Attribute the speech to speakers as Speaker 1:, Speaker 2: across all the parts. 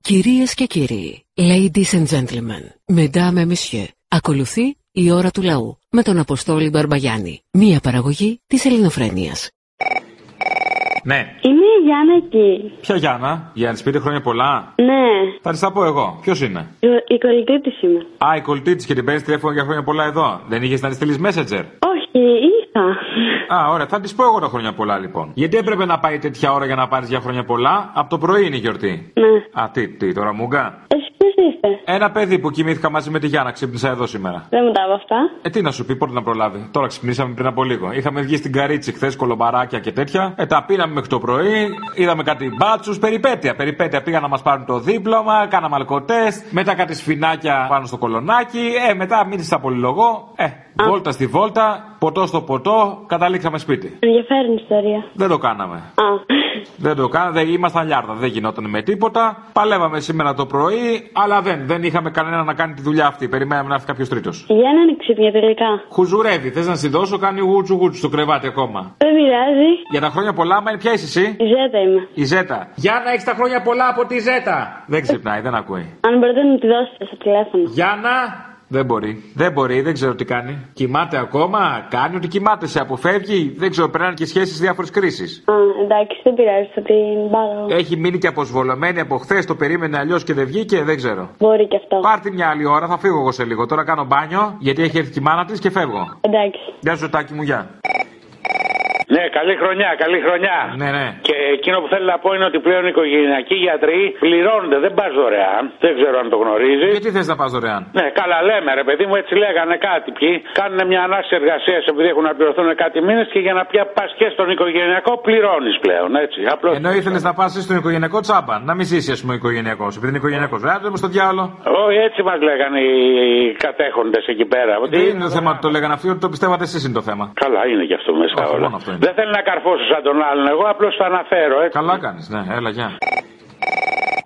Speaker 1: Κυρίες και κύριοι, ladies and gentlemen, mesdames et messieurs, ακολουθεί η ώρα του λαού με τον Αποστόλη Μπαρμπαγιάννη, μία παραγωγή της ελληνοφρένειας.
Speaker 2: Ναι.
Speaker 3: Είναι η Γιάννα εκεί.
Speaker 2: Ποια Γιάννα, Γιάννη πήρε χρόνια πολλά.
Speaker 3: Ναι,
Speaker 2: Θα τη τα πω εγώ. Ποιος είναι.
Speaker 3: η- η κολλητή της είμαι.
Speaker 2: Α, η κολλητή τη και την παίρνεις τηλέφωνο για χρόνια πολλά εδώ. Δεν είχες να της στείλεις messenger.
Speaker 3: Όχι, ήρθα.
Speaker 2: Α, ωραία, θα της πω εγώ τα χρόνια πολλά λοιπόν. Γιατί έπρεπε να πάει τέτοια ώρα για να πάρεις για χρόνια πολλά. Από το πρωί είναι η γιορτή.
Speaker 3: Ναι.
Speaker 2: Α, τι, τι, τώρα μουγγά.
Speaker 3: Εσύ ποιος είστε.
Speaker 2: Ένα παιδί που κοιμήθηκα μαζί με τη Γιάννα, ξύπνησα εδώ σήμερα.
Speaker 3: Δεν μου τα από αυτά.
Speaker 2: Ε, τι να σου πει, πότε να προλάβει. Τώρα ξυπνήσαμε πριν από λίγο. Είχαμε βγει στην καρίτσι χθες, κολομπαράκια και τέτοια. Ε, τα πήραμε μέχρι το πρωί. Είδαμε κάτι μπάτσους, περιπέτεια. Περιπέτεια πήγαν να μας πάρουν το δίπλωμα, κάναμε αλκοτέστ. Μετά κάτι σφινάκια πάνω στο κολονάκι. Ε, μετά μείνει στα πολυλογό. Ε, βόλτα στη βόλτα, ποτό στο ποτό, καταλήξαμε σπίτι.
Speaker 3: Ενδιαφέρον ιστορία.
Speaker 2: Δεν το κάναμε.
Speaker 3: Α,
Speaker 2: Δεν το κάναμε, δεν- ήμασταν λιάρδα, δεν γινόταν με τίποτα. Παλεύαμε σήμερα το πρωί, αλλά δεν, δεν είχαμε κανένα να κάνει τη δουλειά αυτή. Περιμέναμε να έρθει κάποιος τρίτος.
Speaker 3: η Γιάννα είναι ξύπνια τελικά.
Speaker 2: Χουζουρεύει, θες να στη δώσω, κάνει γούτσου γούτσου στο κρεβάτι ακόμα.
Speaker 3: Δεν πειράζει.
Speaker 2: Για τα χρόνια πολλά, μα είναι ποια είσαι εσύ,
Speaker 3: Η Ζέτα είμαι.
Speaker 2: η Ζέτα. Γιάννα, έχεις τα χρόνια πολλά από τη Ζέτα. Δεν ξυπνάει, δεν ακούει.
Speaker 3: Αν μπορείτε να μου τη δώσετε στο τηλέφωνο.
Speaker 2: Γιάννα, δεν μπορεί. Δεν μπορεί, δεν ξέρω τι κάνει. Κοιμάται ακόμα, κάνει ότι κοιμάται, σε αποφεύγει. Δεν ξέρω, περνάνε και σχέσεις διάφορες κρίσεις.
Speaker 3: Α, εντάξει, δεν πειράζει, θα την πάρω.
Speaker 2: Έχει μείνει και αποσβολωμένη από χθες, το περίμενε αλλιώς και δεν βγήκε, δεν ξέρω.
Speaker 3: Μπορεί και αυτό.
Speaker 2: Πάρτε μια άλλη ώρα, θα φύγω εγώ σε λίγο. Τώρα κάνω μπάνιο, γιατί έχει έρθει και η μάνα της και φεύγω.
Speaker 3: Εντάξει.
Speaker 2: Γεια σου, τάκι μου, γεια.
Speaker 4: Ναι, καλή χρονιά, καλή χρονιά.
Speaker 2: Ναι, ναι.
Speaker 4: Και εκείνο που θέλω να πω είναι ότι πλέον οι οικογενειακοί γιατροί πληρώνονται, δεν πας δωρεάν. Δεν ξέρω αν το γνωρίζεις.
Speaker 2: Γιατί θες να πας δωρεάν.
Speaker 4: Ναι, καλά λέμε, ρε παιδί μου, έτσι λέγανε κάτι ποιοι. Κάνουν μια ανάξη εργασίας επειδή έχουν να πληρωθούν κάτι μήνες και για να πια πας και στον οικογενειακό πληρώνεις πλέον. Έτσι, απλώς...
Speaker 2: Ενώ ήθελες να πας στον οικογενειακό τσάμπα, να μην ζήσεις, ας πούμε, οικογενειακός. Επειδή είναι οικογενειακός. Βράδυ μου στο διάλογο.
Speaker 4: Όχι, έτσι μας λέγανε οι κατέχοντες εκεί πέρα. Ότι...
Speaker 2: Δεν είναι το θέμα που το λέγανε αυτοί, ότι το πιστεύατε εσείς είναι το θέμα.
Speaker 4: Καλά, είναι γι' αυτό μέσα
Speaker 2: Όχι,
Speaker 4: όλα.
Speaker 2: μόνο αυτό είναι.
Speaker 4: Δεν θέλω να καρφώσω σαν τον άλλον. Εγώ απλώς θα αναφέρω. Έτσι.
Speaker 2: Καλά κάνεις, ναι, έλα, γεια.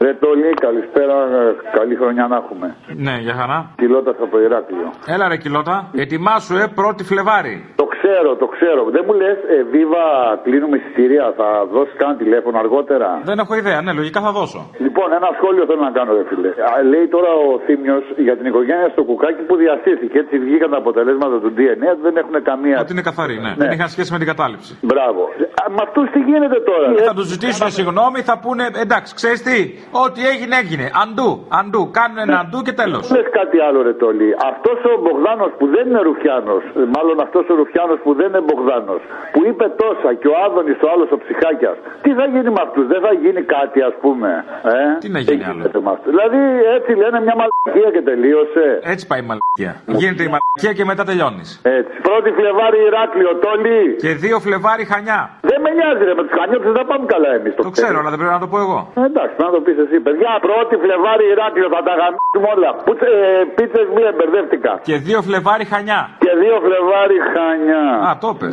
Speaker 5: Ρε Τολί, καλησπέρα, ε, καλή χρονιά να έχουμε.
Speaker 2: Ναι, για χαρά.
Speaker 5: Κιλότας από Ηράκλειο.
Speaker 2: Έλα, ρε κοιλότα, ετοιμάσου, ε, πρώτη Φλεβάρι.
Speaker 5: Το ξέρω, το ξέρω. Δεν μου λες, ε, Βίβα, κλείνουμε εισιτήρια, θα δώσεις καν τηλέφωνο αργότερα.
Speaker 2: Δεν έχω ιδέα, ναι, λογικά θα δώσω.
Speaker 5: Λοιπόν, ένα σχόλιο θέλω να κάνω, ρε φίλε. Α, λέει τώρα ο Θήμιος για την οικογένεια στο κουκάκι που διασύθηκε. Έτσι βγήκαν τα αποτελέσματα του DNA, δεν έχουν καμία.
Speaker 2: Ότι είναι καθαρή, ναι. Δεν είχαν σχέση με την κατάληψη.
Speaker 5: Μπράβο. Α, Με αυτούς τι γίνεται τώρα, ε? ρε.
Speaker 2: Θα τους ζητήσουν συγγνώμη, θα πούνε εντάξει, ξέρεις τι, ό,τι έγινε, έγινε. Αντού, αντού, κάνουν
Speaker 5: Ναι.
Speaker 2: ένα αντού και τέλος.
Speaker 5: Πες κάτι άλλο, ρε Τόλι. Αυτός ο Μπογδάνος που δεν είναι Ρουφιάνος, μάλλον αυτός ο Ρουφιάνος που δεν είναι Μπογδάνος, που είπε τόσα και ο Άδωνης ο άλλος ο ψυχάκιας, τι θα γίνει με αυτούς, δεν θα γίνει κάτι, ας πούμε. Ε?
Speaker 2: Τι να γίνει
Speaker 5: Δεν
Speaker 2: άλλο.
Speaker 5: γίνεται με αυτούς. Δηλαδή έτσι λένε μια μαλακία και τελείωσε.
Speaker 2: Έτσι πάει η μαλακία. Γίνεται η μαλακία και μετά τελειώνεις.
Speaker 5: Έτσι. Πρώτη Φλεβάρι Ηράκλειο, Τόλι.
Speaker 2: Και δύο Φλεβάρι χανιά.
Speaker 5: Δεν με νοιάζει, ρε, με τους χανιώτες δεν πάμε καλά εμείς.
Speaker 2: Το ξέρω, αλλά δεν πρέπει να το πω εγώ.
Speaker 5: Ε, Εντάξει, να το πεις εσύ, παιδιά. Πρώτη Φλεβάρι Ηράκλειο, θα τα γαμίσουμε όλα. ε, Πίτσες μία μπερδεύτηκα.
Speaker 2: Και δύο Φλεβάρι χανιά.
Speaker 5: Και δύο Φλεβάρι Χανιά.
Speaker 2: Α, το πες.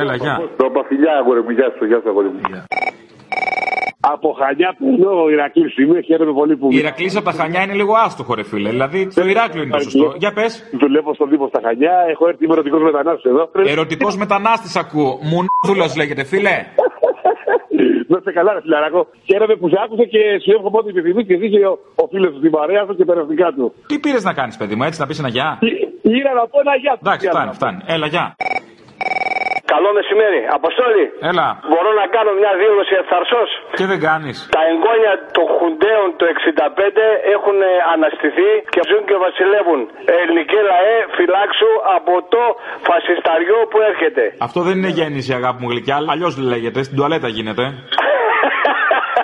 Speaker 2: Έλα, γεια.
Speaker 5: Το είπα, φιλιά, αγόρι μου, γεια σου, γεια σου, αγόρι μου.
Speaker 6: Από χαλιά περνώ ο Ηρακλής είμαι, χαίρομαι πολύ που
Speaker 2: Η Ηρακλής από τα χανιά είναι λίγο άστοχο, ρε φίλε. Δηλαδή, το Ηράκλειο είναι το σωστό. Για πες.
Speaker 6: Ε, δουλεύω στον Δήμο στα χαλιά. Έχω έρθει είμαι ερωτικό μετανάστη εδώ.
Speaker 2: Ερωτικός μετανάστης ακούω. Ε, Μουνάδουλος λέγεται, φίλε.
Speaker 6: Να είστε καλά, ρε φιλαράκο. Χαίρομαι που σε άκουσα και σου εύχομαι ό,τι επιθυμεί και δίκαιο ο φίλος του την παρέα σου και τα ρευτικά του.
Speaker 2: Τι πήρες να κάνεις, παιδί μου, έτσι να πεις ένα γεια.
Speaker 6: Γύρα να πω ένα γεια.
Speaker 2: Εντάξει, φτάνει, φτάνει. Έλα, γεια.
Speaker 7: Καλό μεσημέρι. Αποστόλη,
Speaker 2: Έλα.
Speaker 7: μπορώ να κάνω μια δήλωση εθαρσώ.
Speaker 2: Και δεν κάνεις.
Speaker 7: Τα εγγόνια των Χουντέων το 65 έχουν ε, αναστηθεί και ζουν και βασιλεύουν. Ελληνική λαέ, φυλάξου από το φασισταριό που έρχεται.
Speaker 2: Αυτό δεν είναι γέννηση, αγάπη μου γλυκιά. Αλλιώς λέγεται, στην τουαλέτα γίνεται.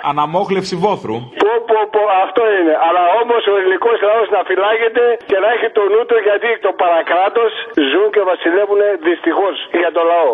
Speaker 2: Αναμόχλευση βόθρου.
Speaker 7: Πω, πω, πω, αυτό είναι. Αλλά όμως ο ελληνικός λαός να φυλάγεται και να έχει το νου του γιατί το παρακράτος ζουν και βασιλεύουν δυστυχώς για το λαό.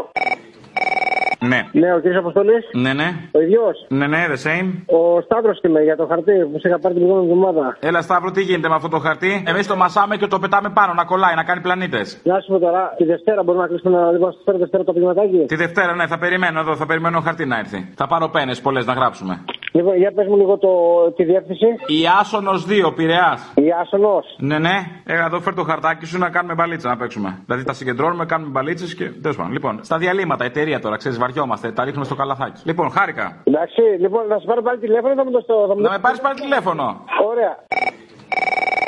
Speaker 2: Ναι.
Speaker 8: Ναι, ο κ. Αποστολή.
Speaker 2: Ναι, ναι.
Speaker 8: Ο ίδιος.
Speaker 2: Ναι, ναι, the same.
Speaker 8: Ο Σταύρος είμαι για το χαρτί που σε είχα πάρει την προηγούμενη εβδομάδα.
Speaker 2: Έλα, Σταύρο, τι γίνεται με αυτό το χαρτί. Εμείς το μασάμε και το πετάμε πάνω να κολλάει, να κάνει πλανήτες.
Speaker 8: Να σου πω τώρα, τη Δευτέρα μπορούμε να κλείσουμε ένα λίγο στις φέρω Δευτέρα το απογευματάκι.
Speaker 2: Τη Δευτέρα, ναι, θα περιμένω εδώ, θα περιμένω χαρτί να έρθει. Θα πάρω πένες πολλές να γράψουμε.
Speaker 8: Λοιπόν, για πες μου λίγο το, τη διεύθυνση.
Speaker 2: Η Άσονος 2, Πειραιάς.
Speaker 8: Η Άσονος.
Speaker 2: Ναι, ναι. Έλα εδώ φέρ το χαρτάκι σου να κάνουμε μπαλίτσα να παίξουμε. Δηλαδή τα συγκεντρώνουμε, κάνουμε μπαλίτσες και. τέλος πάντων. Λοιπόν, στα διαλύματα, εταιρεία τώρα, ξέρεις, βαριόμαστε. Τα ρίχνουμε στο καλαθάκι. Λοιπόν, χάρηκα.
Speaker 8: Εντάξει, λοιπόν, να σου πάρω πάλι τηλέφωνο, θα μου το στο... θα μου
Speaker 2: Να
Speaker 8: το-
Speaker 2: με πάρεις πάλι τηλέφωνο.
Speaker 8: Ωραία.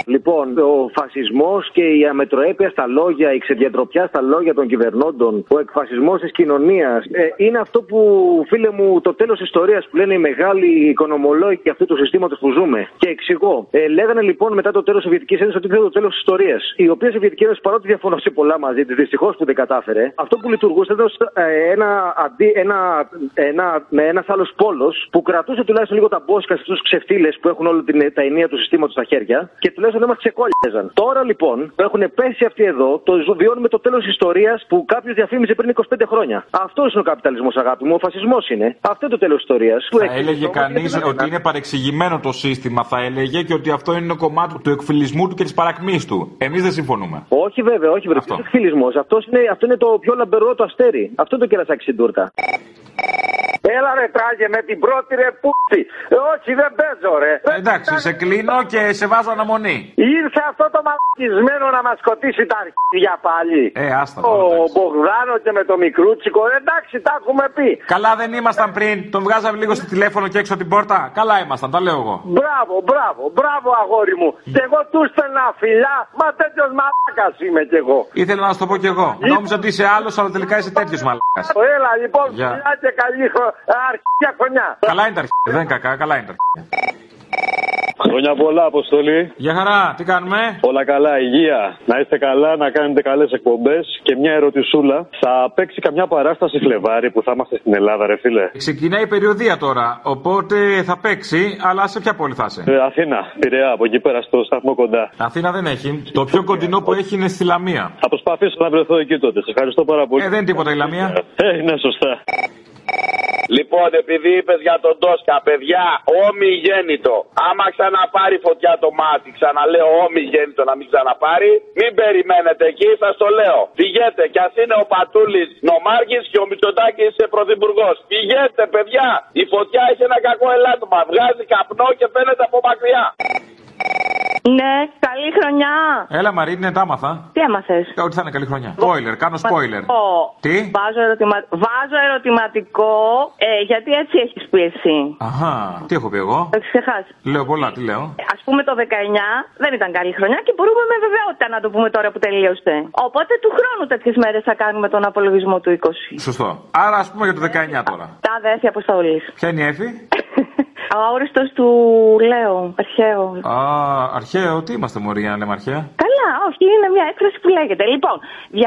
Speaker 9: Λοιπόν, ο φασισμός και η αμετροέπεια στα λόγια, η ξεδιατροπιά στα λόγια των κυβερνώντων, ο εκφασισμός της κοινωνίας, ε, είναι αυτό που, φίλε μου, το τέλος ιστορίας που λένε οι μεγάλοι οικονομολόγοι αυτού του συστήματος που ζούμε. Και εξηγώ. Ε, λέγανε λοιπόν μετά το τέλος Σοβιετικής Ένωσης ότι ήταν το τέλος της ιστορίας. Η οποία Σοβιετική Ένωση, παρότι διαφωνώ σε πολλά μαζί της, δυστυχώς που δεν κατάφερε, αυτό που λειτουργούσε ήταν ως, ε, ένα, αντί, ένα, ένα, με ένας άλλος πόλος που κρατούσε τουλάχιστον λίγο τα μπόσκα στους ξεφτύλες που έχουν όλη την, τα ενία του συστήματος στα χέρια και τουλάχιστον δεν μας ξεκόλλιαζαν. Τώρα λοιπόν που έχουν πέσει αυτοί εδώ, το ζω- βιώνουμε το τέλος ιστορίας που κάποιος διαφήμιζε πριν 25 χρόνια. Αυτός είναι ο καπιταλισμός, αγάπη μου. Ο φασισμός είναι. Αυτό είναι το τέλος ιστορία.
Speaker 2: Θα έλεγε κανεί ότι είναι παρεξηγημένο το σύστημα, θα έλεγε και ότι αυτό είναι κομμάτι του εκφυλισμού του και της παρακμής του. Εμείς δεν συμφωνούμε.
Speaker 9: Όχι βέβαια, όχι βέβαια.
Speaker 2: Αυτό.
Speaker 9: Αυτό. Αυτός είναι, αυτό είναι το πιο λαμπερό το αστέρι. Αυτό είναι το κερασάκι στην τούρτα.
Speaker 10: Έλα ρε τράγε με την πρώτη ρε πούτη. Ε, όχι δεν παίζω ρε.
Speaker 2: Ε, Εντάξει, σε κλείνω και σε βάζω αναμονή.
Speaker 10: Ήρθε αυτό το μαλακισμένο να μας σκοτήσει τα αρχίδια πάλι.
Speaker 2: Ε, άστα
Speaker 10: Ο
Speaker 2: τώρα, εντάξει.
Speaker 10: Μπογδάνο και με το μικρούτσικο. Εντάξει, τα έχουμε πει.
Speaker 2: Καλά δεν ήμασταν πριν. Τον βγάζαμε λίγο στο τηλέφωνο και έξω την πόρτα. Καλά ήμασταν, τα λέω εγώ.
Speaker 10: Μπράβο, μπράβο, μπράβο αγόρι μου. Και εγώ του στενα φιλιά, μα τέτοιος μαλάκας είμαι κι εγώ.
Speaker 2: Ήθελα να σου το πω κι εγώ. Νόμιζα ότι είσαι άλλος, αλλά τελικά είσαι τέτοιος μαλάκας.
Speaker 10: Έλα λοιπόν,
Speaker 2: Γεια.
Speaker 10: φιλιά και καλή χρο- αρχαία χρονιά.
Speaker 2: Καλά είναι τα αρχίδια, δεν είναι κακά, καλά είναι τα αρχίδια.
Speaker 11: Χρόνια πολλά, Αποστολή.
Speaker 2: Γεια χαρά, τι κάνουμε.
Speaker 11: Όλα καλά, υγεία. Να είστε καλά, να κάνετε καλές εκπομπές. Και μια ερωτησούλα. Θα παίξει καμιά παράσταση Φλεβάρι που θα είμαστε στην Ελλάδα, ρε φίλε.
Speaker 2: Ξεκινάει η περιοδία τώρα, οπότε θα παίξει, αλλά σε ποια πόλη θα είσαι.
Speaker 11: Ε, Αθήνα, πειραιά, από εκεί πέρα στο σταθμό κοντά.
Speaker 2: Αθήνα δεν έχει. Το πιο κοντινό που έχει είναι στη Λαμία.
Speaker 11: Θα προσπαθήσω να βρεθώ εκεί τότε. Σε ευχαριστώ πάρα πολύ.
Speaker 2: Ε, δεν είναι τίποτα η Λαμία.
Speaker 11: Ε, είναι σωστά.
Speaker 10: Λοιπόν, επειδή είπε για τον Τόσκα, παιδιά, ομιγέννητο. Άμα ξαναπάρει φωτιά το μάτι, ξαναλέω ομιγέννητο να μην ξαναπάρει, μην περιμένετε εκεί, σας το λέω. Πηγαίνετε, κι ας είναι ο Πατούλης νομάρχη και ο Μητσοτάκης πρωθυπουργός. Πηγαίνετε, παιδιά, η φωτιά έχει ένα κακό ελάττωμα. Βγάζει καπνό και φαίνεται από μακριά.
Speaker 12: Ναι, καλή χρονιά.
Speaker 2: Έλα Μαρίνε, τα άμαθα.
Speaker 12: Τι έμαθες.
Speaker 2: Ε, Ότι θα είναι καλή χρονιά. Spoiler, κάνω spoiler. Τι?
Speaker 12: Βάζω, ερωτημα... Βάζω ερωτηματικό, ε, γιατί έτσι έχεις πει εσύ.
Speaker 2: Αχα, τι έχω πει εγώ.
Speaker 12: Το έχεις ξεχάσει.
Speaker 2: Λέω πολλά, τι λέω.
Speaker 12: Ας πούμε το 19 δεν ήταν καλή χρονιά και μπορούμε με βεβαιότητα να το πούμε τώρα που τελείωσε. Οπότε του χρόνου τέτοιες μέρες θα κάνουμε τον απολογισμό του 20.
Speaker 2: Σωστό. Άρα ας πούμε για το 19 τώρα.
Speaker 12: Τα αδέρφια αποστολή.
Speaker 2: Ποια είναι η Εφη?
Speaker 12: Ο αόριστος του Λέο, αρχαίο.
Speaker 2: Α, αρχαίο, τι είμαστε μωρή για να λέμε αρχαία.
Speaker 12: Καλά, όχι, είναι μια έκφραση που λέγεται. Λοιπόν,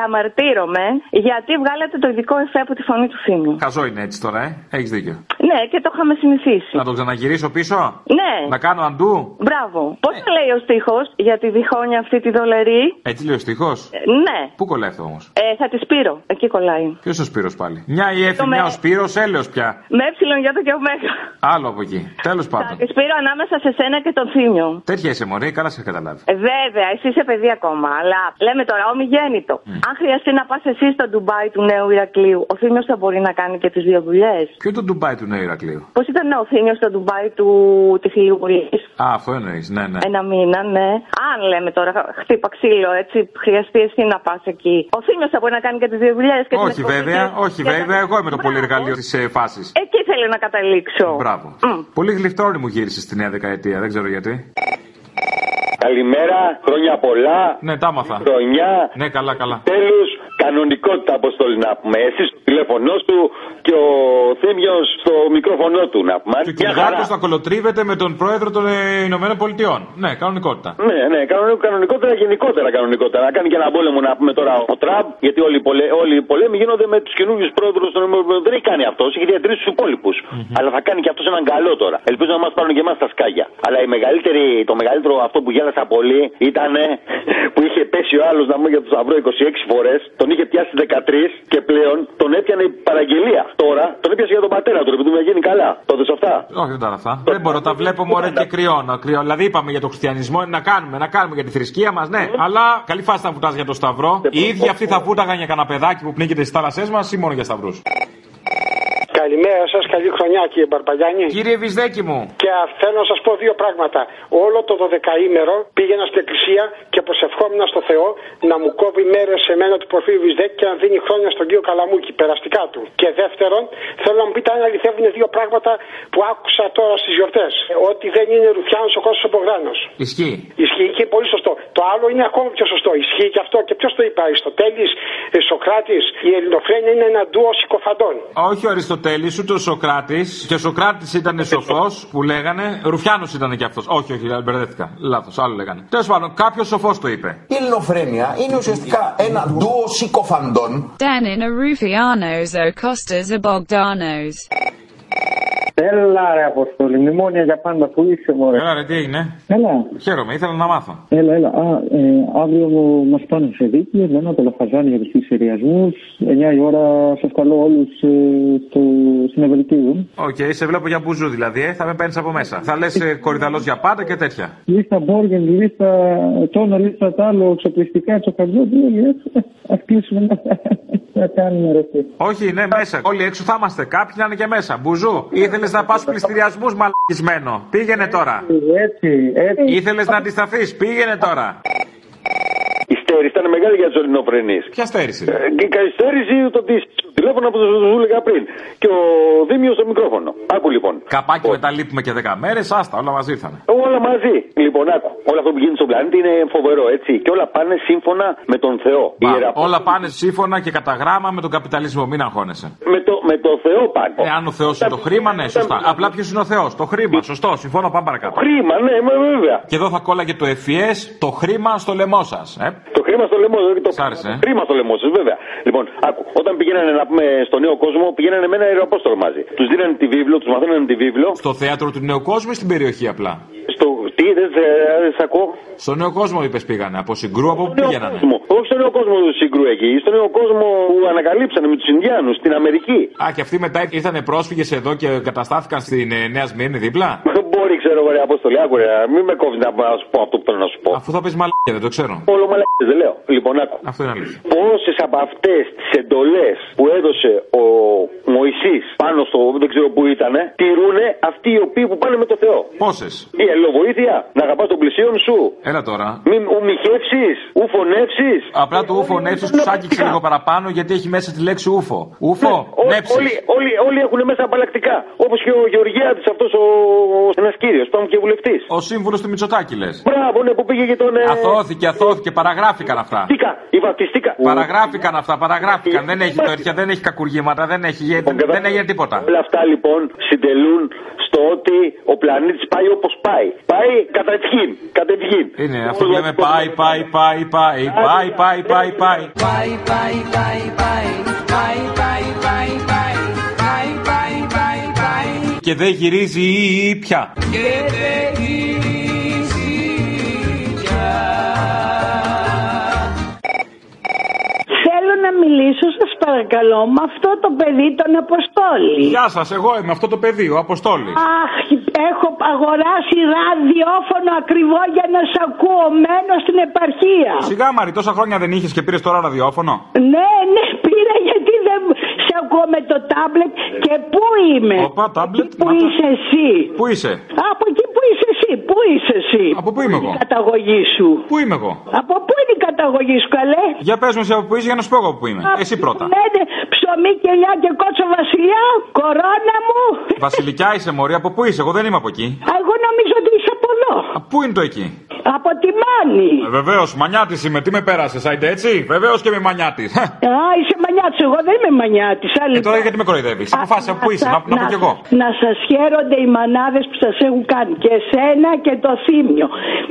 Speaker 12: διαμαρτύρομαι γιατί βγάλατε το ειδικό εφέ από τη φωνή του Θήμου.
Speaker 2: Χαζό είναι έτσι τώρα, ε. Έχεις δίκιο.
Speaker 12: Ναι, και το είχαμε συνηθίσει.
Speaker 2: Να το ξαναγυρίσω πίσω.
Speaker 12: Ναι.
Speaker 2: Να κάνω αντού. Ναι.
Speaker 12: Μπράβο. Πώς θα λέει ο στίχος για τη διχόνια αυτή τη δολερή.
Speaker 2: Έτσι λέει ο στίχος.
Speaker 12: Ε, ναι.
Speaker 2: Πού κολλάει αυτό όμως.
Speaker 12: Ε, θα τη πήρω. Εκεί κολλάει.
Speaker 2: Ποιος ο Σπύρος πάλι. Μια η Εφη,
Speaker 12: Το με-
Speaker 2: μια ο Σπύρος, έλεος πια.
Speaker 12: Με έψιλον για το και ωμέγα.
Speaker 2: Άλλο από εκεί. Τέλος
Speaker 12: Θα
Speaker 2: πάντων.
Speaker 12: τη πήρω ανάμεσα σε σένα και τον Θήμιο.
Speaker 2: Τέτοια είσαι μωρή, καλά σε καταλάβει.
Speaker 12: Ε, Βέβαια, εσύ είσαι παιδί ακόμα, αλλά λέμε τώρα ομιγέννητο.
Speaker 2: Ναι.
Speaker 12: Αν χρειαστεί να πας εσύ στο Ντουμπάι του νέου Ηρακλείου, ο Θήμιος θα μπορεί να κάνει και τις δύο δουλειές.
Speaker 2: Ποιο είναι το Ντουμπάι του Νέου Ηρακλείου.
Speaker 12: Πώς ήταν ναι, ο Θήμιος στο Ντουμπάι του της Ηλιούπολη.
Speaker 2: Α, αυτό εννοείς. Ναι, ναι.
Speaker 12: Ένα μήνα, ναι. Αν λέμε τώρα, χτύπα ξύλο, έτσι, χρειαστεί εσύ να πας εκεί. Ο Θήμιος θα μπορεί να κάνει και τις δύο δουλειές και την
Speaker 2: όχι
Speaker 12: εκπομπή
Speaker 2: βέβαια,
Speaker 12: και-
Speaker 2: όχι
Speaker 12: και τα-
Speaker 2: βέβαια. Εγώ είμαι το ε, πολύ εργαλείο τη φάσης.
Speaker 12: Εκεί θέλω να καταλήξω.
Speaker 2: Μπράβο. Πολύ γλυφτόρη μου γύρισε στη νέα δεκαετία, δεν ξέρω γιατί.
Speaker 13: Καλημέρα, χρόνια πολλά.
Speaker 2: Ναι, τα άμαθα.
Speaker 13: Χρονιά.
Speaker 2: Ναι, καλά, καλά.
Speaker 13: Τέλος, κανονικότητα αποστολή να πούμε. Εσύ στο τηλέφωνό του και ο Θήμιος στο μικρόφωνο του να πούμε. Μια
Speaker 2: Κυριάκος θα κολοτρίβεται με τον πρόεδρο των ε, Ηνωμένων Πολιτειών. Ναι, κανονικότητα.
Speaker 13: Ναι, ναι, κανονικό- κανονικότερα, γενικότερα κανονικότερα. Να κάνει και ένα πόλεμο να πούμε τώρα ο Τραμπ, γιατί όλοι, οι πολε- όλοι οι πολέμοι γίνονται με τους καινούριους πρόεδρους των ΗΠΑ. Δεν έχει κάνει αυτός, έχει διατηρήσει τους υπόλοιπους. Αλλά θα κάνει και αυτός έναν καλό τώρα. Ελπίζω να μας πάρουν και εμάς τα σκάγια. Αλλά η μεγαλύτερη, το μεγαλύτερο αυτό που γέλασα πολύ ήταν που είχε πέσει ο άλλος να μου για το Σταυρό 26 φορές, τον είχε πιάσει 13 και πλέον τον έπιανε η παραγγελία. Τώρα τον έπιασε για τον πατέρα του, επειδή μου γίνει καλά. Το δες αυτά.
Speaker 2: Όχι, δεν τα είδα αυτά. Δεν μπορώ, τα βλέπω μωρέ και κρυώνω. κρυώνω. Δηλαδή είπαμε για τον χριστιανισμό να κάνουμε, να κάνουμε για τη θρησκεία μας, ναι. Αλλά καλή φάση θα βουτάς για το Σταυρό. Οι ίδιοι αυτοί θα βούταγαν για κανένα παιδάκι που πνίγεται στις θάλασσές μας ή μόνο για Σταυρούς.
Speaker 14: Καλημέρα σας, καλή χρονιά κύριε Μπαρμπαγιάννη.
Speaker 2: Κύριε Βυσδέκη μου.
Speaker 14: Και α, θέλω να σας πω δύο πράγματα. Όλο το 12ήμερο πήγαινα στην εκκλησία και προσευχόμουν στο Θεό να μου κόβει μέρες σε μένα του προφίλ Βυσδέκη και να δίνει χρόνια στον κύριο Καλαμούκη, περαστικά του. Και δεύτερον, θέλω να μου πείτε αν αληθεύουν δύο πράγματα που άκουσα τώρα στις γιορτές. Ότι δεν είναι Ρουφιάνος ο Κώστας Μπογδάνο.
Speaker 2: Ισχύει.
Speaker 14: Ισχύει και πολύ σωστό. Το άλλο είναι ακόμα πιο σωστό. Ισχύει και αυτό. Και ποιος το είπε, Αριστοτέλης, Σοκράτης. Η ελληνοφρένεια είναι ένα ντουο συκοφαντών.
Speaker 2: Όχι ο Αριστοτέλης, ούτε ο Σοκράτης. Και ο Σοκράτης ήταν σοφό που λέγανε. Ρουφιάνος ήταν και αυτός. Όχι, όχι, μπερδεύτηκα. Λάθος, άλλο λέγανε. Τέλος πάντων, κάποιος σοφός το είπε.
Speaker 15: Η ελληνοφρένεια είναι ουσιαστικά ένα ντουο συκοφαντών.
Speaker 16: Denin Arufianos o Costas o Bogdanos.
Speaker 8: Έλα ρε Αποστολή, μνημόνια για πάντα που είσαι μωρέ.
Speaker 2: Έλα, ρε, τι έγινε.
Speaker 8: Έλα,
Speaker 2: Χαίρομαι, ήθελα να μάθω.
Speaker 8: έλα, έλα. Α, ε, αύριο μας πάνε σε δίκη, εμένα το λαφαζάνι για τους πλησιριασμούς. 9 η ώρα σας καλώ όλους ε, στο, στην Ευελπίδων.
Speaker 2: Οκ, σε βλέπω για μπουζού δηλαδή, ε, θα με παίρνεις από μέσα. Θα λες ε, κορυδαλός για πάντα και τέτοια.
Speaker 8: Λίστα Μπόργεν, λίστα τόνο, λίστα τ' άλλο, εξοπλιστικά, τσοκαμπιό, τι όλοι έτσι. Ας κλείσουμε να- να κάνουμε ρε εσύ.
Speaker 2: Όχι, ναι, μέσα. Όλοι έξω θα είμαστε. Κάποιοι να είναι και μέσα. Μπουζού, ήθελες να πας πληστηριασμούς μαλακισμένο. Πήγαινε τώρα.
Speaker 8: Έτσι, έτσι.
Speaker 2: Ήθελες να αντισταθείς. Πήγαινε τώρα.
Speaker 13: Η στέρηση ήταν μεγάλη για τους Ελληνοφρενείς.
Speaker 2: Ποια στέρηση.
Speaker 13: Και η καθυστέρηση το της τηλέφωνο που σου έλεγα πριν. Και ο Δήμιος στο μικρόφωνο. Άκου λοιπόν.
Speaker 2: Καπάκι μετά λείπουμε και 10 μέρες. Άστα, όλα μαζί ήρθανε.
Speaker 13: Όλα μαζί. Λοιπόν, άκου. Όλο αυτό που γίνεται στον πλανήτη είναι φοβερό, έτσι. Και όλα πάνε σύμφωνα με τον Θεό.
Speaker 2: Μπα,
Speaker 13: Ιερα-
Speaker 2: Όλα πάνε σύμφωνα και κατά γράμμα με τον καπιταλισμό. Μην αγχώνεσαι.
Speaker 13: Με το, με το Θεό πάνε.
Speaker 2: Ε, αν ο Θεός είναι το χρήμα, ναι, σωστά. Απλά ποιος είναι ο Θεός, το χρήμα. Σωστό, συμφωνώ, πάμε παρακάτω.
Speaker 13: Χρήμα, ναι, μα, βέβαια.
Speaker 2: Και εδώ θα κόλλαγε το ευφυέ, το χρήμα στο λαιμό σας. Ε.
Speaker 13: Το χρήμα στο λαιμό, δεν το
Speaker 2: Σ' άρεσε, ε.
Speaker 13: χρήμα στο λαιμό σα, βέβαια. Λοιπόν, άκου, όταν πηγαίνανε να πούμε στον νέο κόσμο, πηγαίνανε με ένα αεροπόστολο μαζί. Τους δίνανε τη βίβλο, τους μαθαίνανε τη βίβλο.
Speaker 2: Στο θέατρο του νέου κόσμου ή στην περιοχή απλά.
Speaker 13: Στο τι, δεν σε, δεν σε ακούω.
Speaker 2: Στο νέο κόσμο είπες πήγανε. Από συγκρού από πού πήγαινανε.
Speaker 13: Κόσμο. Όχι στον νέο κόσμο του συγκρού εκεί, στον νέο κόσμο που ανακαλύψανε με τους Ινδιάνους στην Αμερική.
Speaker 2: Α, και αυτοί μετά ήρθανε πρόσφυγες εδώ και καταστάθηκαν στην ε, Νέας Σμύρνη δίπλα.
Speaker 13: Μπορεί, ξέρω εγώ, ρε Απόστολη, άκου, ρε, μην με κόβεις να, να σου πω αυτό που θέλω να σου πω.
Speaker 2: Αφού θα πεις μαλάκια, δεν το ξέρω.
Speaker 13: Όλο μαλακές, δεν λέω. Λοιπόν, άκου.
Speaker 2: Αυτό είναι αλήθεια.
Speaker 13: Πόσες από αυτές τις εντολές που έδωσε ο Μωυσής πάνω στο δεν ξέρω που ήταν, τηρούνε αυτοί οι οποίοι που πάνε με το Θεό.
Speaker 2: Πόσες.
Speaker 13: Η αλληλοβοήθεια, να αγαπάς τον πλησίον σου.
Speaker 2: Έλα τώρα.
Speaker 13: Μην ουμιχεύσει, ουφωνεύσει.
Speaker 2: Απλά το ούφο νέψη του άγγιξε λίγο παραπάνω γιατί έχει μέσα τη λέξη ούφο. Ούφο,
Speaker 13: Ναι, Όλοι,
Speaker 2: νέψη.
Speaker 13: όλοι, όλοι έχουν μέσα απαλλακτικά. Όπως και ο Γεωργιάδη, αυτός ο, ο ένας κύριος, που ήταν και βουλευτής.
Speaker 2: Ο σύμβουλος του Μητσοτάκη λες.
Speaker 13: Μπράβο, ναι, που πήγε για τον. ε,
Speaker 2: Αθώθηκε, αθώθηκε, παραγράφηκαν αυτά.
Speaker 13: Τίκα, η βαπτιστήκα.
Speaker 2: Παραγράφηκαν αυτά, παραγράφηκαν. Δεν έχει τέτοια, δεν έχει κακουργήματα, δεν,
Speaker 17: Ε,
Speaker 2: έχει, δεν έγινε τίποτα.
Speaker 13: Όλα αυτά λοιπόν συντελούν στο ότι ο πλανήτης πάει όπως πάει. Πάει κατευχήν. Κατευχήν.
Speaker 2: Είναι αυτό που
Speaker 17: Ε,
Speaker 2: λέμε πάει, πάει, πάει, πάει, πάει, πάει, πάει, πάει.
Speaker 18: Bye bye bye bye bye bye bye bye bye bye bye bye.
Speaker 2: Και δεν γυρίζει ή- ή- ή πια.
Speaker 18: Get it easy, yeah.
Speaker 17: Θέλω να μιλήσω, σας παρακαλώ, με αυτό το παιδί τον Αποστόλη.
Speaker 2: Γεια σας, εγώ είμαι αυτό το παιδί, ο Αποστόλης.
Speaker 17: Αχ, έχω αγοράσει ραδιόφωνο ακριβό για να σ' ακούω. Μένω στην επαρχία.
Speaker 2: Σιγά, Μαρή, τόσα χρόνια δεν είχες και πήρες τώρα ραδιόφωνο.
Speaker 17: Ναι, ναι, πήρα γιατί δεν σε ακούω με το τάμπλετ. Και πού είμαι.
Speaker 2: Οπα, τάμπλετ.
Speaker 17: Πού είσαι εσύ.
Speaker 2: Πού είσαι.
Speaker 17: Από εκεί που είσαι εσύ. Πού είσαι εσύ.
Speaker 2: Από πού είμαι εγώ.
Speaker 17: Η καταγωγή σου.
Speaker 2: Πού είμαι εγώ.
Speaker 17: Από πού είναι η καταγωγή σου, καλέ. ναι.
Speaker 2: Για πες μου εσύ από πού είσαι για να σου πω εγώ που είμαι. Εσύ πρώτα.
Speaker 17: Μένε ψωμί και λιά και κότσο βασιλιά. Κορώνα μου.
Speaker 2: Βασιλικιά είσαι, Μωρή, από πού είσαι, εγώ δεν είμαι από εκεί.
Speaker 17: Α, Εγώ νομίζω ότι είσαι από εδώ.
Speaker 2: Α, Πού είναι το εκεί.
Speaker 17: Από τη Μάνη.
Speaker 2: Βεβαίως, μανιάτης Ε, είμαι, τι με πέρασες, άιντε έτσι. Βεβαίως και είμαι μανιάτη.
Speaker 17: Α, είσαι μανιάτης, εγώ δεν είμαι μανιάτης. Άλλη...
Speaker 2: Ε, τώρα γιατί με κοροϊδεύεις. Αποφάσισα πού είσαι, να, να πω κι εγώ.
Speaker 17: Να σας χαίρονται οι μανάδες που σας έχουν κάνει και εσένα και το θύμιο.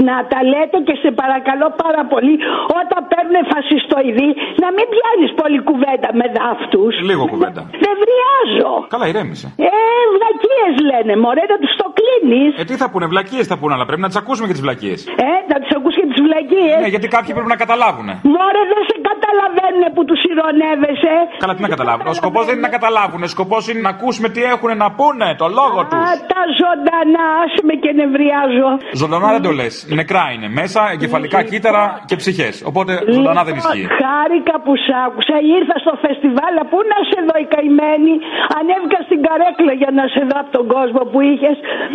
Speaker 17: Να τα λέτε και σε παρακαλώ πάρα πολύ όταν παίρνουν φασιστοειδή να μην πιάνεις πολύ κουβέντα με αυτούς.
Speaker 2: Λίγο κουβέντα.
Speaker 17: Δεν βριάζω.
Speaker 2: Καλά, ηρέμησε.
Speaker 17: Ε, βλακίες λένε μωρέ να τους το κλείνεις.
Speaker 2: Ε, τι θα πούνε, βλακίες θα πούνε, αλλά πρέπει να τις ακούσουμε και τις βλακίες.
Speaker 17: Ε, να τους ακούς και τις βλακίες.
Speaker 2: Ναι, γιατί κάποιοι πρέπει να καταλάβουν.
Speaker 17: Μωρέ, δεν σε καταλαβαίνουν που τους ηρωνεύεσαι.
Speaker 2: Καλά, τι να καταλάβουν. Ο σκοπός δεν είναι να καταλάβουν. Ο σκοπός είναι να ακούσουμε τι έχουν να πούνε, το λόγο του.
Speaker 17: Α, τα ζωντανά, άσε με και νευριάζω.
Speaker 2: Ζωντανά δεν το λες. Νεκρά είναι. Μέσα, εγκεφαλικά κύτταρα και ψυχές. Οπότε ζωντανά δεν ισχύει.
Speaker 17: Χάρηκα που σ' άκουσα, ήρθα στο φεστιβάλ. αλλά Πού να σε δω, η καημένη. Ανέβηκα στην καρέκλα για να σε δω από τον κόσμο που είχες.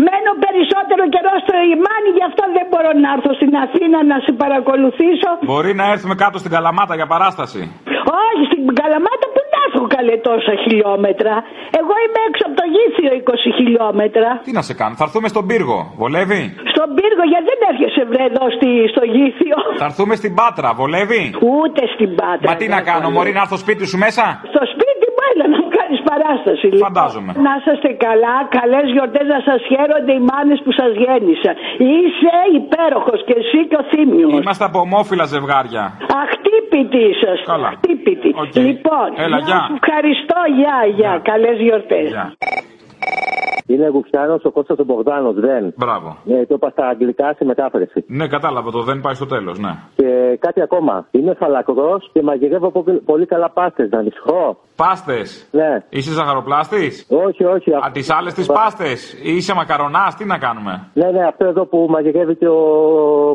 Speaker 17: Μένω περισσότερο καιρό στο Ιμάνι, γι' αυτό δεν μπορώ να έρθω στην Αθήνα να σε παρακολουθήσω.
Speaker 2: Μπορεί να έρθουμε κάτω στην Καλαμάτα για παράσταση.
Speaker 17: Όχι, στην Καλαμάτα που να έρθω καλέ τόσα χιλιόμετρα. Εγώ είμαι έξω από το γήθιο 20 χιλιόμετρα.
Speaker 2: Τι να σε κάνω, θα έρθουμε στον πύργο. Βολεύει.
Speaker 17: Στον πύργο, γιατί δεν έρχεσαι βρε εδώ στη- στο γήθιο.
Speaker 2: Θα έρθουμε στην Πάτρα. Βολεύει.
Speaker 17: Ούτε στην Πάτρα.
Speaker 2: Μα τι να κάνω, Μωρή, να έρθω σπίτι σου μέσα.
Speaker 17: Στο σπίτι μου έλα να μου κάνεις παράσταση. Λοιπόν.
Speaker 2: Φαντάζομαι.
Speaker 17: Να είστε καλά, καλές γιορτές να σας χαίρονται οι μάνες που σας γέννησαν. Είσαι υπέροχος και εσύ και ο Θήμιος.
Speaker 2: Είμαστε από ομόφυλα ζευγάρια.
Speaker 17: Αχτύπητοι είσαστε.
Speaker 2: Καλά.
Speaker 17: Αχτύπητοι. Λοιπόν,
Speaker 2: Έλα,
Speaker 17: να
Speaker 2: γεια.
Speaker 17: σου ευχαριστώ, γεια, γεια. Καλές γιορτές.
Speaker 8: Είναι Γουξιάνος ο Κώστας ο Μπογδάνος, δεν.
Speaker 2: Μπράβο.
Speaker 8: Ναι, το είπα στα αγγλικά στη μετάφραση.
Speaker 2: Ναι, κατάλαβα το, δεν πάει στο τέλος, ναι.
Speaker 8: Και κάτι ακόμα. Είμαι φαλακρός και μαγειρεύω πο- πολύ καλά πάστες. Να ανησυχώ.
Speaker 2: Πάστες.
Speaker 8: Ναι.
Speaker 2: Είσαι ζαχαροπλάστης.
Speaker 8: Όχι, όχι.
Speaker 2: Α, τις άλλες τις πάστες. Είσαι μακαρονάς, τι να κάνουμε.
Speaker 8: Ναι, ναι, αυτό εδώ που μαγειρεύει και ο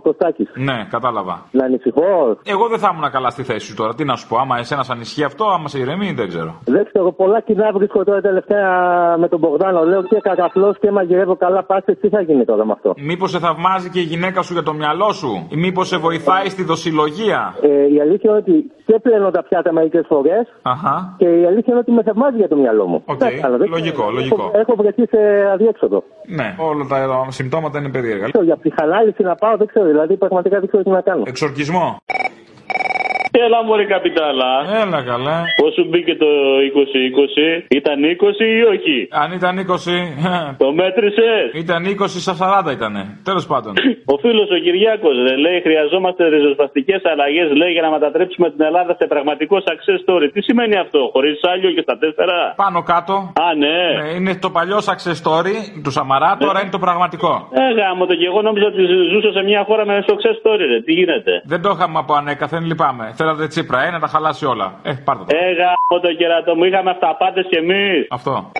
Speaker 8: Κωστάκης.
Speaker 2: Ναι, κατάλαβα.
Speaker 8: Να ανησυχώ.
Speaker 2: Εγώ δεν θα ήμουν καλά στη θέση σου τώρα. Τι να σου πω, άμα εσένας σ' ανισχύει αυτό, άμα σε ηρεμεί, δεν ξέρω.
Speaker 8: Δεν ξέρω, πολλά κοινά βρίσκω τώρα τελευταία με τον Μπογδάνο. Λέω και κακαφλό και μαγειρεύω καλά πάστε. Τι θα γίνει τώρα με αυτό.
Speaker 2: Μήπως σε θαυμάζει και η γυναίκα σου για το μυαλό σου, ή μήπως σε βοηθάει στη δοσιλογία.
Speaker 8: Ε, η αλήθεια είναι ότι και πλένω τα πιάτα μερικές φορές
Speaker 2: Αχα.
Speaker 8: και η αλήθεια είναι ότι με θαυμάζει για το μυαλό μου.
Speaker 2: Οκ,
Speaker 8: Δεν ξέρω, δεν
Speaker 2: λογικό,
Speaker 8: ξέρω.
Speaker 2: λογικό.
Speaker 8: Έχω, έχω βρεθεί σε αδιέξοδο.
Speaker 2: Ναι, όλα τα συμπτώματα είναι περίεργα. Λοιπόν,
Speaker 8: Δεν ξέρω, για ψυχανάλυση να πάω, δεν ξέρω. Δηλαδή, πραγματικά δεν ξέρω τι να κάνω.
Speaker 2: Εξορκισμό.
Speaker 19: Έλα, Μωρή Καπιτάλα.
Speaker 2: Έλα, καλά.
Speaker 19: Πώς σου μπήκε το 2020, ήταν 20 ή όχι.
Speaker 2: Αν ήταν ε. 20.
Speaker 19: Το μέτρησες.
Speaker 2: Ήταν 20 στα 40 ήτανε. Τέλος πάντων.
Speaker 19: Ο φίλος ο Κυριάκος λέει: Χρειαζόμαστε ριζοσπαστικές αλλαγές λέει, για να μετατρέψουμε την Ελλάδα σε πραγματικό success story. Τι σημαίνει αυτό, χωρίς σάλιο και στα τέσσερα.
Speaker 2: Πάνω κάτω.
Speaker 19: Α, ναι.
Speaker 2: Ε, είναι το παλιό success story του Σαμαρά,
Speaker 10: Ναι.
Speaker 2: τώρα είναι το πραγματικό.
Speaker 19: Ε, γάμο το και εγώ νόμιζα ότι ζούσα σε μια χώρα με success story, ρε. Τι γίνεται.
Speaker 2: Δεν το είχαμε από ανέκαθεν, λυπάμαι. Θέλατε τσίπρα, ε, να τα χαλάσει όλα. Ε, πάρτε το.
Speaker 19: Ε, γάμο το κερατό μου, είχαμε αυταπάτε κι εμεί.
Speaker 2: Αυτό.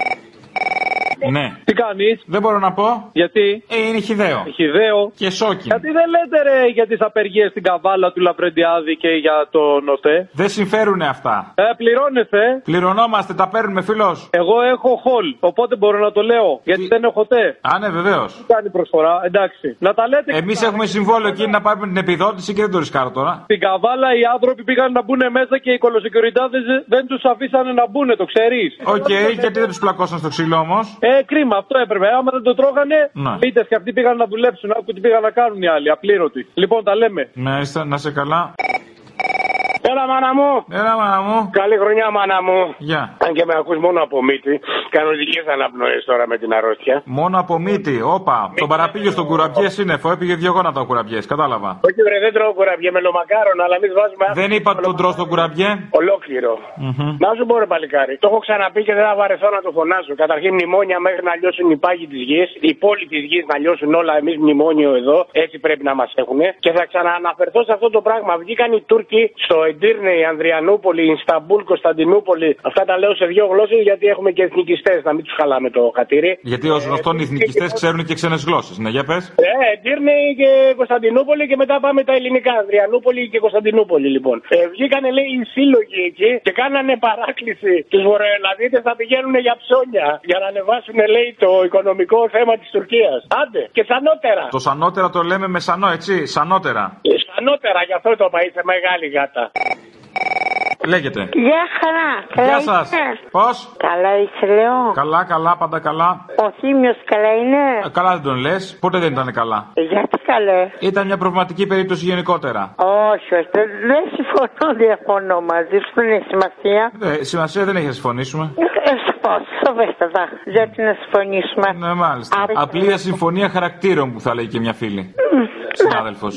Speaker 2: Ναι. Τι κάνεις. Δεν μπορώ να πω.
Speaker 10: Γιατί.
Speaker 2: Ε, είναι χιδαίο.
Speaker 10: Χιδαίο.
Speaker 2: Και σόκι.
Speaker 10: Γιατί δεν λέτε ρε για τις απεργίες στην Καβάλα του Λαβρεντιάδη και για τον ΟΤΕ.
Speaker 2: Δεν συμφέρουνε αυτά.
Speaker 10: Ε, πληρώνεστε.
Speaker 2: Πληρωνόμαστε, τα παίρνουμε, φίλος.
Speaker 10: Εγώ έχω χολ, οπότε μπορώ να το λέω. Γιατί δεν έχω τέ.
Speaker 2: Α, ναι, βεβαίως.
Speaker 10: Κάνει προσφορά, εντάξει. Να τα λέτε.
Speaker 2: Εμεί έχουμε συμβόλαιο εκεί να πάρουμε την επιδότηση και δεν το ρισκάρω τώρα.
Speaker 10: Στην Καβάλα οι άνθρωποι πήγαν να μπουν μέσα και οι κολοσυκουριτάδες δεν τους αφήσανε να μπουν, το ξέρεις.
Speaker 2: Οκ, γιατί δεν τους πλακώσαν στο ξύλο όμως.
Speaker 10: Ε, κρίμα, αυτό έπρεπε. Άμα δεν το τρώγανε,
Speaker 2: Ναι.
Speaker 10: πίτε και αυτοί πήγαν να δουλέψουν. Άκου τι πήγαν να κάνουν οι άλλοι, απλήρωτοι. Λοιπόν, τα λέμε.
Speaker 2: Ναι, είστε- να σε καλά.
Speaker 20: Έλα, μάνα μου.
Speaker 2: Έλα, μάνα μου.
Speaker 20: Καλή χρονιά, μάνα μου.
Speaker 2: Γεια.
Speaker 20: Αν και με ακούς μόνο από μύτη, κανονικές αναπνοές τώρα με την αρρώστια.
Speaker 2: Μόνο από μύτη, όπα. Τον παραπήγε στον κουραμπιέ σύννεφο, έπηγε δύο γόνατα ο κουραμπιές, κατάλαβα.
Speaker 20: Όχι, βρε, δεν τρώω κουραμπιέ με λομακάρονα, αλλά εμείς βάζουμε
Speaker 2: Δεν είπα τον τρώ στον κουραμπιέ.
Speaker 20: ολόκληρο. Να σου πω, ρε παλικάρι, το έχω ξαναπεί και δεν θα βαρεθώ να το φωνάσω. Καταρχήν, μνημόνια μέχρι να λιώσουν οι πάγοι της γης, η πόλη της γης να λιώσουν όλα. Εμείς μνημόνιο εδώ, έτσι πρέπει να μας έχουν. Και θα ξανααναφερθώ σε αυτό το πράγμα. Βγήκαν οι Τούρκοι στο Εντύρνε, η Ανδριανούπολη, η Ισταμπούλ, Κωνσταντινούπολη. Αυτά τα λέω σε δύο γλώσσες γιατί έχουμε και εθνικιστές, να μην τους χαλάμε το χατήρι.
Speaker 2: Γιατί ω γνωστόν οι εθνικιστέ ξέρουν και ξένες γλώσσες. Ναι, για πες.
Speaker 20: Ε, Τύρνη και Κωνσταντινούπολη και μετά πάμε τα ελληνικά. Ανδριανούπολη και Κωνσταντινούπολη λοιπόν. Ε, βγήκανε λέει οι σύλλογοι εκεί και κάνανε παράκληση τους Βορειοελλαδίτες να πηγαίνουν για ψώνια. Για να ανεβάσουν λέει το οικονομικό θέμα της Τουρκίας. Άντε και σανότερα.
Speaker 2: Το σανότερα το λέμε με σανό, έτσι. Σανότερα.
Speaker 20: Ε, Σανότερα γι' αυτό το είπα, είσαι μεγάλη γάτα.
Speaker 2: Λέγεται.
Speaker 21: Γεια χαρά.
Speaker 2: Γεια
Speaker 21: Καλά
Speaker 2: σας.
Speaker 21: είστε?
Speaker 2: Πώς?
Speaker 21: Καλά είσαι, λέω.
Speaker 2: Καλά, καλά, πάντα καλά.
Speaker 21: Ο Θήμιος καλά είναι.
Speaker 2: Ε, Καλά δεν τον λες. Πότε δεν ήταν καλά.
Speaker 21: Γιατί καλέ.
Speaker 2: Ήταν μια προβληματική περίπτωση γενικότερα.
Speaker 21: Όχι, όχι. Δεν δεν συμφωνώ, διαφωνώ μαζί σου. Δεν έχει σημασία.
Speaker 2: Ε, σημασία δεν έχει να συμφωνήσουμε.
Speaker 21: Ε, σου πω, σοβέστατα. Γιατί να συμφωνήσουμε.
Speaker 2: Ναι, μάλιστα.
Speaker 21: Ε,
Speaker 2: Απλή ασυμφωνία χαρακτήρων που θα λέει και μια φίλη. Συνάδελφο.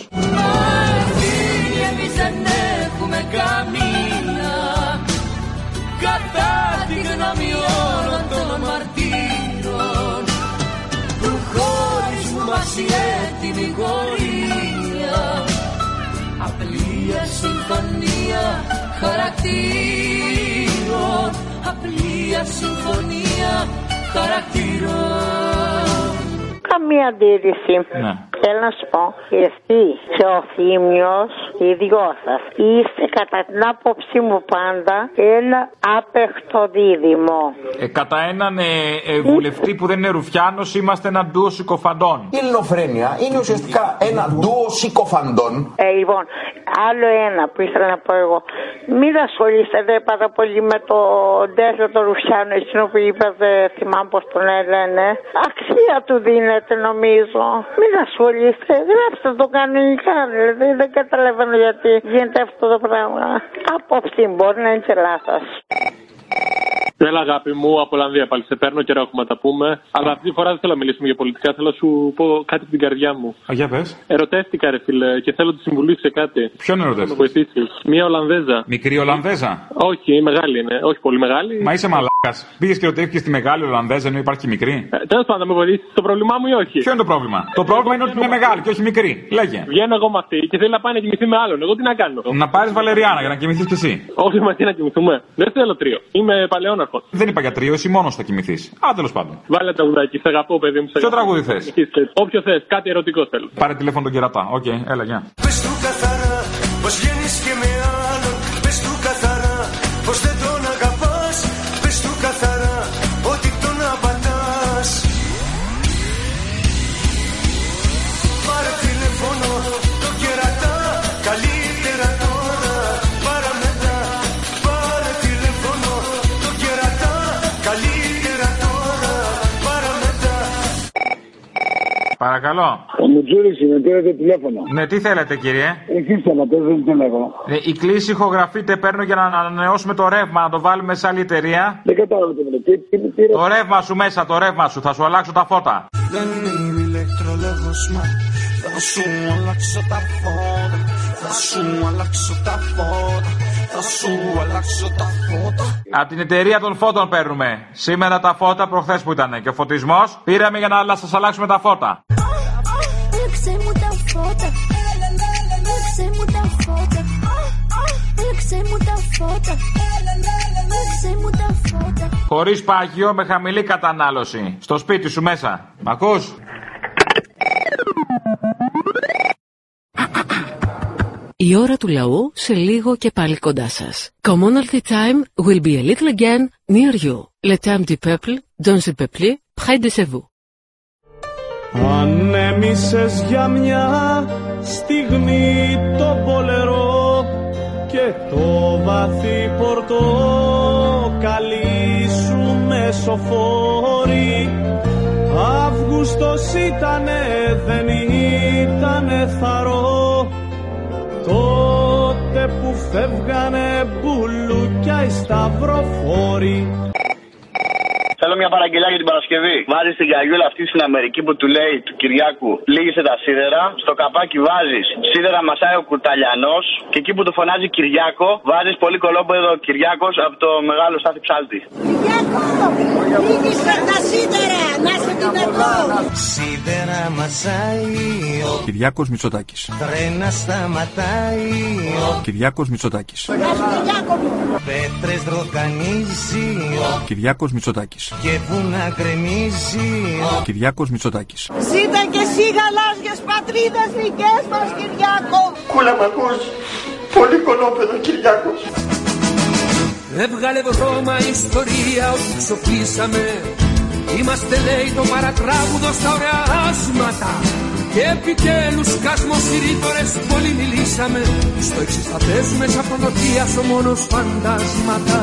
Speaker 22: Εμείς δεν έχουμε καμία κατά τη γνώμη όλων των μαρτύρων του χώρισμού μας η έτοιμη γωνία συμφωνία χαρακτήρων. Απλή συμφωνία χαρακτήρων.
Speaker 21: Καμία αντίρρηση.
Speaker 2: Ναι.
Speaker 21: Θέλω να σου πω, εσύ και ο Θήμιος, οι δυο σας, είστε κατά την άποψή μου πάντα ένα άπεχτο δίδυμο.
Speaker 2: Ε, κατά έναν ε, ε, βουλευτή που δεν είναι Ρουφιάνος, είμαστε ένα ντουο συκοφαντών.
Speaker 20: Η ελληνοφρένεια είναι ουσιαστικά ένα ντουο συκοφαντών.
Speaker 21: Ε, λοιπόν, άλλο ένα που ήθελα να πω εγώ. Μην ασχολείστε πάρα πολύ με το Ντέσο το Ρουφιάνο, εκείνο που είπατε, θυμάμαι πώς τον έλεγε. Αξία του δίνεται νομίζω. Μην ασχολείστε. Γράψτε το κανονικά, δηλαδή δεν καταλαβαίνω γιατί γίνεται αυτό το πράγμα. Απόψη μπορεί να είναι και λάθος.
Speaker 19: Έλα, αγάπη μου, από Ολλανδία πάλι σε παίρνω και έχουμε να τα πούμε. Αλλά αυτή τη φορά δεν θέλω να μιλήσουμε για πολιτικά, θέλω να σου πω κάτι από την καρδιά μου.
Speaker 2: Α, για πες.
Speaker 19: Ερωτεύτηκα, ρε φίλε, και θέλω τη συμβουλή σε κάτι.
Speaker 2: Ποιον
Speaker 19: Να με
Speaker 2: ερωτεύτηκες?
Speaker 19: βοηθήσεις. Μία Ολλανδέζα.
Speaker 2: Μικρή Ολλανδέζα.
Speaker 19: Όχι, μεγάλη είναι. Ε, Όχι πολύ μεγάλη.
Speaker 2: Μα είσαι μαλάκας. Πήγες και ρωτήθηκε στη μεγάλη Ολλανδέζα ενώ υπάρχει και μικρή.
Speaker 19: Τέλο Ε, πάντων, με βοηθήσεις το πρόβλημά μου ή όχι.
Speaker 2: Ποιο είναι το πρόβλημα. Το πρόβλημα είναι ότι είναι μεγάλη και όχι μικρή. Λέγε.
Speaker 19: Βγαίνω εγώ με αυτή και θέλει να πάει να κοιμηθεί με άλλον. Εγώ τι να κάνω.
Speaker 2: Να πάρεις Βαλεριάνα για να κοιμηθείς κι εσύ.
Speaker 19: Όχι, μα τι να κοιμηθούμε. Δεν θέλω τρίο. Είμαι παλαιόναρχο.
Speaker 2: Δεν είπα για τρίο, εσύ μόνος θα κοιμηθείς. Α, τέλος πάντων.
Speaker 19: Βάλε τραγουδάκι, σε αγαπώ, παιδί μου. σε
Speaker 2: Ποιο
Speaker 19: αγαπώ.
Speaker 2: τραγούδι θες?
Speaker 19: Όποιο θες, κάτι ερωτικό θέλω.
Speaker 2: Πάρε τηλέφωνο τον κερατά. Οκ, έλα, γεια.
Speaker 22: Πες του καθαρά πως βγαίνεις και με άλλον Πες του καθαρά πως δεν τον αγαπάς Πες του καθαρά ότι τον απατάς Πάρε τηλέφωνο το κερατά Καλύτερα τώρα παρά μετά Πάρε τηλέφωνο το κερατά Καλύτερα τώρα παρά μετά
Speaker 2: Παρακαλώ.
Speaker 10: Ο Μουτζούρης με πήρε τηλέφωνο.
Speaker 2: Ναι, τι θέλετε, κύριε.
Speaker 10: Εκεί θέλω, δεν το λέγω.
Speaker 2: Ε, η κλίση ηχογραφείται, παίρνω για να ανανεώσουμε το ρεύμα, να το βάλουμε σε άλλη εταιρεία.
Speaker 10: Δεν κατάλαβα τι μου
Speaker 2: Το ρεύμα σου μέσα, το ρεύμα σου, θα σου αλλάξω τα φώτα.
Speaker 22: Δεν είμαι ηλεκτρολόγος μα Θα σου αλλάξω τα φώτα Θα σου αλλάξω τα φώτα Θα σου αλλάξω τα φώτα
Speaker 2: Από την εταιρεία των φώτων παίρνουμε. Σήμερα τα φώτα, προχθές που ήταν. Και ο φωτισμός πήραμε για να σας αλλάξουμε τα φώτα.
Speaker 22: Ρίξε μου τα φώτα Ρίξε μου τα φώτα Ρίξε μου τα φώτα Ρίξε μου τα φώτα
Speaker 2: Χωρί πάγιο, με χαμηλή κατανάλωση. Στο σπίτι σου μέσα. Μ' ακούς?
Speaker 1: Η ώρα του λαού σε λίγο και πάλι κοντά σας. Commonalty time will be a little again near you. Le temps du peuple, dans le peuple, près de chez vous.
Speaker 9: Ανέμισες για μια στιγμή το πολερό και το βαθύ πορτό καλή σου μεσοφόρη Αύγουστος ήτανε, δεν ήτανε θαρό τότε που φεύγανε μπουλούκια οι σταυροφόροι
Speaker 23: Θέλω μια παραγγελιά για την Παρασκευή. Βάζεις την γιαγιούλα αυτή στην Αμερική που του λέει του Κυριάκου Λίγησε τα σίδερα. Στο καπάκι βάζεις σίδερα μασάει ο Κουρταλιανός. Και εκεί που το φωνάζει Κυριάκο, βάζεις πολύ κολόπεδο Κυριάκος από το μεγάλο στάθι ψάλτη.
Speaker 22: Λίγησα τα σίδερα, να σε την
Speaker 9: Σίδερα μασάει ο
Speaker 24: Κυριάκος Μητσοτάκης.
Speaker 9: τρένα σταματάει ο
Speaker 24: Κυριάκος Μητσοτάκης.
Speaker 9: Πέτρες ροκανίζει ο
Speaker 24: Κυριάκος Μητσοτάκης.
Speaker 9: και που να γκρεμίζει ο
Speaker 24: Κυριάκος Μητσοτάκης.
Speaker 22: Ζήτα και εσύ γαλάζιες πατρίδες δικές μας Κυριάκο Κούλα μ' ακούς, πολύ κολόπεδο Κυριάκος
Speaker 7: Έβγαλε βρώμα η ιστορία όσοι ξοφλήσαμε Είμαστε λέει το παρατράγουδο στα ωραία άσματα Και επιτέλους κάσμος οι ρήτορες πολύ μιλήσαμε Στο εξής θα πέσουμε σαν προδοτία ο μόνος φαντάσματα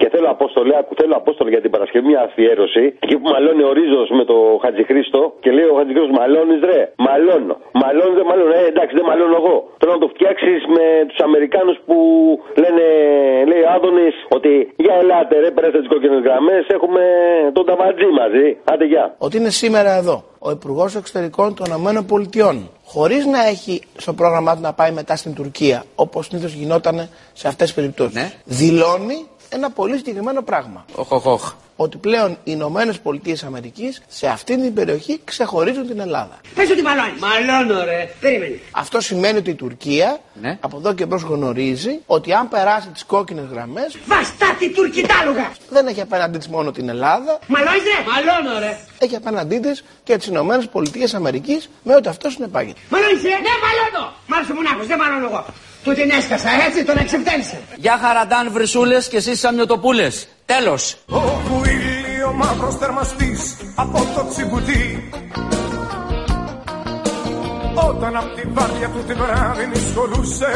Speaker 13: Και θέλω Απόστολε, άκου, θέλω Απόστολε για την Παρασκευή μια αφιέρωση. Εκεί που μαλώνει ο Ρίζος με το Χατζηχρήστο και λέει ο Χατζηχρήστος μαλώνεις ρε. Μαλώνω. Μαλώνεις δεν μαλώνω. Ε, εντάξει, δεν μαλώνω εγώ. Θέλω να το φτιάξεις με τους Αμερικάνους που λένε, λέει Άδωνης, ότι για ελάτε ρε, περάστε τις κόκκινες γραμμές. Έχουμε τον Ταβατζή μαζί. Άντε, γεια.
Speaker 25: ότι είναι σήμερα εδώ ο Υπουργός Εξωτερικών των Ηνωμένων Πολιτειών, χωρίς να έχει στο πρόγραμμά του να πάει μετά στην Τουρκία, όπως συνήθως γινόταν σε αυτές τις περιπτώσεις, δηλώνει ένα πολύ συγκεκριμένο πράγμα.
Speaker 26: Οχ, οχ, οχ.
Speaker 25: ότι πλέον οι Ηνωμένες Πολιτείες Αμερικής σε αυτή την περιοχή ξεχωρίζουν την Ελλάδα.
Speaker 6: Πες ότι μαλώνεις. Μαλώνω ρε. Περίμενε.
Speaker 25: Αυτό σημαίνει ότι η Τουρκία από εδώ και μπρος γνωρίζει ότι αν περάσει τις κόκκινες γραμμές.
Speaker 6: Βαστά τη τουρκιτάλουγα.
Speaker 25: Δεν έχει απέναντί της μόνο την Ελλάδα.
Speaker 6: Μαλώνεις ρε. Μαλώνω ρε.
Speaker 25: Έχει απέναντί της και τις Ηνωμένες Πολιτείες Αμερικής με ό,τι αυτό συνεπάγεται.
Speaker 6: Μαλώνεις ρε. Ναι μαλώνω. Μ' άρεσε ο μονάχος. Δεν μαλώνω εγώ. Του την έσκασα έτσι τον εξευτέλισε.
Speaker 27: Γεια χαραντάν βρυσούλες και εσείς σαμιωτοπούλες. Τέλος.
Speaker 22: Όπου ήλιο μαύρος θερμαστής από το τσιμπουτί Όταν απ' τη βάρδια του τη βράδυ νησκολούσε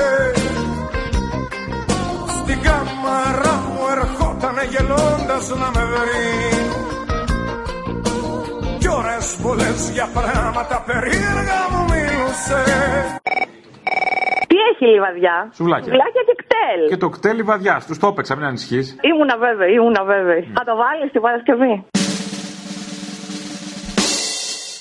Speaker 22: Στην κάμαρα μου ερχότανε γελώντας να με βρει Κι ώρες πολλές για πράγματα περίεργα μου μιλούσε
Speaker 12: Τι έχει λιβαδιά.
Speaker 10: Σουβλάκια.
Speaker 12: Σουβλάκια και κτέλ.
Speaker 10: Και το κτέλι βαδιά, τους το έπαιξα, μην ανησυχείς.
Speaker 12: Ήμουνα βέβαιη, ήμουνα βέβαιη. Θα το βάλεις την Παρασκευή.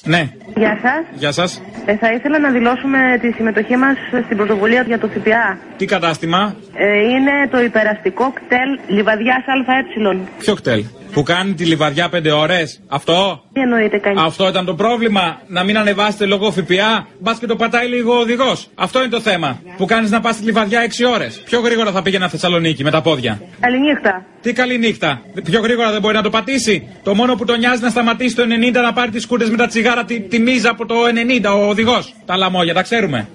Speaker 2: Ναι,
Speaker 11: Γεια σας.
Speaker 2: γεια σας.
Speaker 11: Ε, θα ήθελα να δηλώσουμε τη συμμετοχή μας στην πρωτοβουλία για το ΦΠΑ.
Speaker 2: Τι κατάστημα,
Speaker 11: Ε, είναι το υπεραστικό κτέλ Ε. λιβαδιάς ΑΕ.
Speaker 2: ποιο κτέλ. Που κάνει τη λιβαδιά 5 ώρες, αυτό.
Speaker 11: Τι εννοείται κανεί.
Speaker 2: Αυτό ήταν το πρόβλημα. Να μην ανεβάσετε λόγω ΦΠΑ. Μπας και το πατάει λίγο ο οδηγός. Αυτό είναι το θέμα. Που κάνεις να πας στη λιβαδιά 6 ώρες. Πιο γρήγορα θα πήγαινα Θεσσαλονίκη με τα πόδια.
Speaker 11: Καληνύχτα.
Speaker 2: Τι καλή νύχτα. Πιο γρήγορα δεν μπορεί να το πατήσει. Το μόνο που τον νοιάζει να σταματήσει το 90 να πάρει τις κούρτε με τα τσιγάρα τη, τη μίζα από το 90 ο οδηγός. Τα λαμόγια, τα ξέρουμε.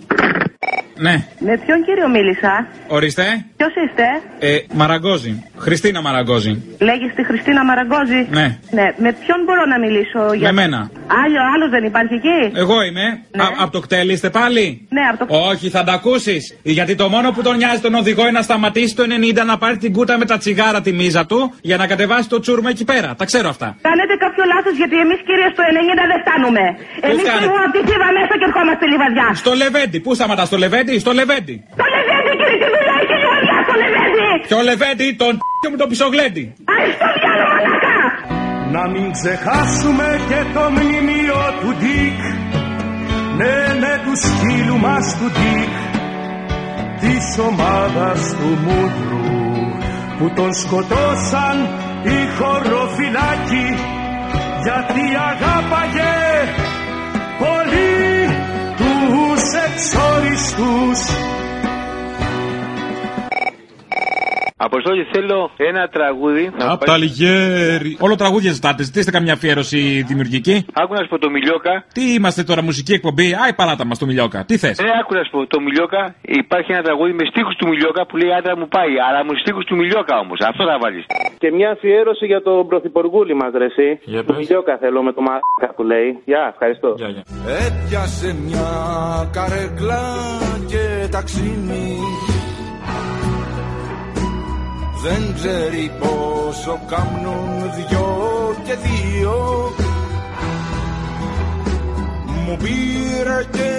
Speaker 2: Ναι,
Speaker 11: Με ποιον κύριο μίλησα.
Speaker 2: ορίστε.
Speaker 11: Ποιος είστε.
Speaker 2: Ε, Μαραγκόζη. Χριστίνα Μαραγκόζη.
Speaker 11: Λέγεις τη Χριστίνα Μαραγκόζη.
Speaker 2: Ναι.
Speaker 11: Ναι. Με ποιον μπορώ να μιλήσω για.
Speaker 2: Με μένα.
Speaker 11: Άλλο, άλλο δεν υπάρχει εκεί.
Speaker 2: Εγώ είμαι. από το κτέλ είστε πάλι.
Speaker 11: Ναι, από το
Speaker 2: Όχι, θα τα ακούσεις. Γιατί το μόνο που τον νοιάζει τον οδηγό είναι να σταματήσει το 90 να πάρει την κούτα με τα τσιγάρα τη μίζα του για να κατεβάσει το τσούρμα εκεί πέρα. Τα ξέρω αυτά.
Speaker 11: Κάνετε κάποιο λάθος γιατί εμείς κύριε στο 90 δεν φτάνουμε. Εμείς
Speaker 2: φτάνετε.
Speaker 11: πήγαμε από τη Θήβα μέσα και ερχόμαστε λιβαδιά.
Speaker 2: Στο Λεβέντι, πού σταματάς, στο Λεβέντι, στο Λεβέντι.
Speaker 11: Το λεβέντι κύριε τη δουλειά έχει λιβαδιά στο λεβέντι.
Speaker 2: Ποιο Λεβέντι, τον και μου τον πισογλέντι.
Speaker 22: Να μην ξεχάσουμε και το μνημείο του Ντίκ Ναι, ναι, του σκύλου μας του Ντίκ Της ομάδας του Μούτρου Που τον σκοτώσαν οι χωροφυλάκοι Γιατί αγάπαγε πολύ τους εξόριστους
Speaker 13: Αποστόλη, θέλω ένα τραγούδι. να
Speaker 10: Απ'
Speaker 13: πάει-
Speaker 10: τα λιγέρι. Όλο τραγούδια ζητάτε. Ζητήστε καμιά αφιέρωση δημιουργική.
Speaker 13: Άκου να σου πω το Μιλιόκα.
Speaker 10: Τι είμαστε τώρα, μουσική εκπομπή. Άι, παράτα μας το μιλιόκα. Τι θες.
Speaker 13: Ε, άκου να σου πω, το Μιλιόκα υπάρχει ένα τραγούδι με στίχους του Μιλιόκα που λέει άντρα μου πάει, αλλά μου στίχους του Μιλιόκα όμως, αυτό θα βάλεις.
Speaker 19: Και μια αφιέρωση για τον πρωθυπουργούλη μας, ρε εσύ. Του Μιλιόκα θέλω με το μαλάκα που λέει. Γεια, ευχαριστώ.
Speaker 22: Έπιασε μια καρεκλά και ταξίνι Δεν ξέρει πόσο κάμνουν δυο και δύο Μου πήρε και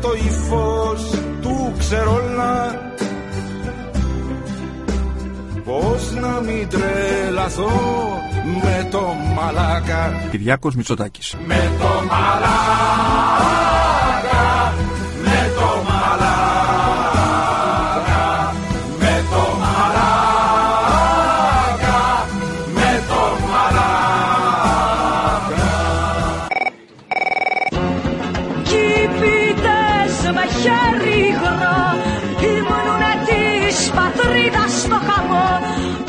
Speaker 22: το ύφος του ξερόλα Πώς να μην τρελαθώ με το μαλάκα
Speaker 24: Κυριάκος Μητσοτάκης.
Speaker 22: με το μαλάκα, με το μαλάκα, με το μαλάκα, με το μαλάκα.
Speaker 19: Κήπητες με χέρι υγρό Ήμουνουνε της πατρίδας στο χαμό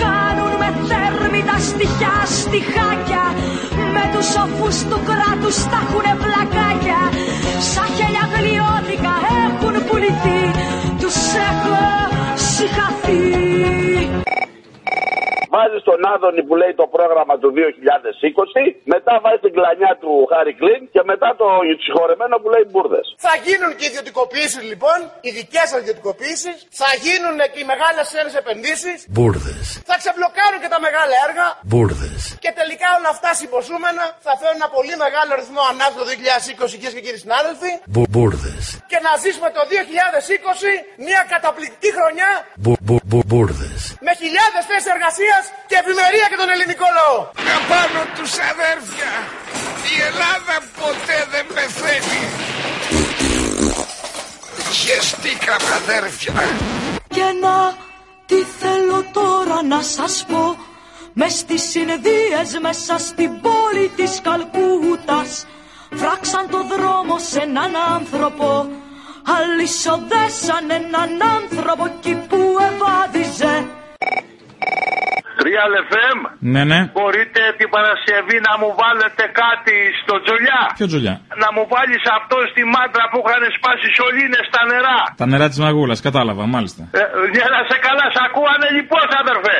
Speaker 19: Κάνουν με θέρμη τα στοιχιά στιχάκια Με τους σοφούς του κράτους τα έχουνε πλακάκια Σαν χέλια γλιώδικα έχουν πουληθεί Τους έχω συχαθεί
Speaker 7: Βάζει τον Άδωνη που λέει το πρόγραμμα του 2020, μετά βάζει την κλανιά του Χάρη Κλίν και μετά το συγχωρεμένο που λέει μπουρδες.
Speaker 25: Θα γίνουν και ιδιωτικοποιήσεις λοιπόν, οι δικές σα ιδιωτικοποιήσεις. Θα γίνουν και οι μεγάλες ξένε επενδύσεις.
Speaker 28: Μπούρδε.
Speaker 25: Θα ξεμπλοκάρουν και τα μεγάλα έργα.
Speaker 28: Μπούρδε.
Speaker 25: Και τελικά όλα αυτά συμποσούμενα θα φέρουν ένα πολύ μεγάλο αριθμό ανάπτυξη το 2020, κυρίες και κύριοι συνάδελφοι.
Speaker 28: Μπούρδε.
Speaker 25: Και να ζήσουμε το 2020 μια καταπληκτική χρονιά
Speaker 28: Μπούρδε.
Speaker 25: με χιλιάδες θέσεις εργασίας και ευημερία για τον ελληνικό λαό.
Speaker 22: Καπάνω τους αδέρφια, η Ελλάδα ποτέ δεν πεθαίνει. Χεστήκαμε αδέρφια.
Speaker 19: Και να, τι θέλω τώρα να σας πω
Speaker 29: μες στις Ινδίες μέσα στην πόλη της Καλκούτας φράξαν το δρόμο σε έναν άνθρωπο αλυσοδέσαν έναν άνθρωπο εκεί που ευάδιζε
Speaker 30: Real FM,
Speaker 2: Ναι, ναι.
Speaker 30: μπορείτε την Παρασκευή να μου βάλετε κάτι στο τζολιά.
Speaker 2: Ποιο τζουλιά.
Speaker 30: Να μου βάλεις αυτό στη μάντρα που είχαν σπάσει σωλήνες στα νερά.
Speaker 2: Τα νερά της μαγούλας, κατάλαβα, μάλιστα.
Speaker 30: Ε, για να σε καλά, σ' ακούανε λοιπόν, αδερφέ.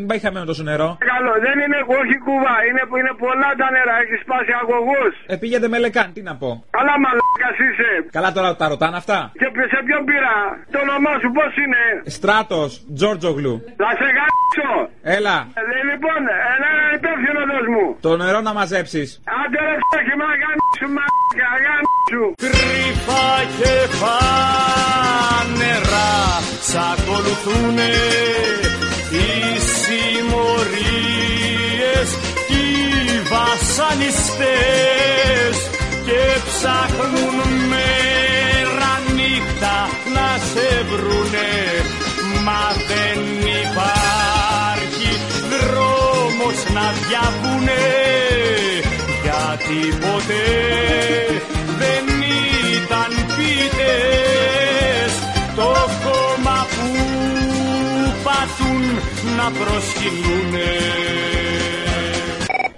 Speaker 2: μην πάει χαμένο τόσο νερό.
Speaker 7: Καλό. Δεν είναι όχι κουβά. Είναι, είναι πολλά τα νερά. Έχεις σπάσει αγωγός.
Speaker 2: Ε, πηγαίνετε με λεκάν, τι να πω.
Speaker 7: Καλά μαλάκας είσαι.
Speaker 2: Καλά τώρα τα ρωτάνε αυτά.
Speaker 7: Και σε ποιον πήρα. Το όνομά σου πώς είναι.
Speaker 2: Στράτος, Τζόρτζογλου.
Speaker 7: Θα σε γάξω.
Speaker 2: Έλα,
Speaker 7: Λοιπόν, ένα υπεύθυνο δώσ' μου.
Speaker 2: το νερό να μαζέψεις.
Speaker 7: Άντε ρε ψάχη, μα γάμισου, μαλάκα, γάμισου.
Speaker 22: Κρυφά και φανερά σ' ακολουθούνε οι συμμορίες κι οι βασανιστές και ψάχνουν μέρα νύχτα να σε βρουνε μα δεν υπάρχει δρόμος να διαβούνε γιατί ποτέ δεν ήταν ποιητές το κόμμα που πατούν να προσκυνούνε.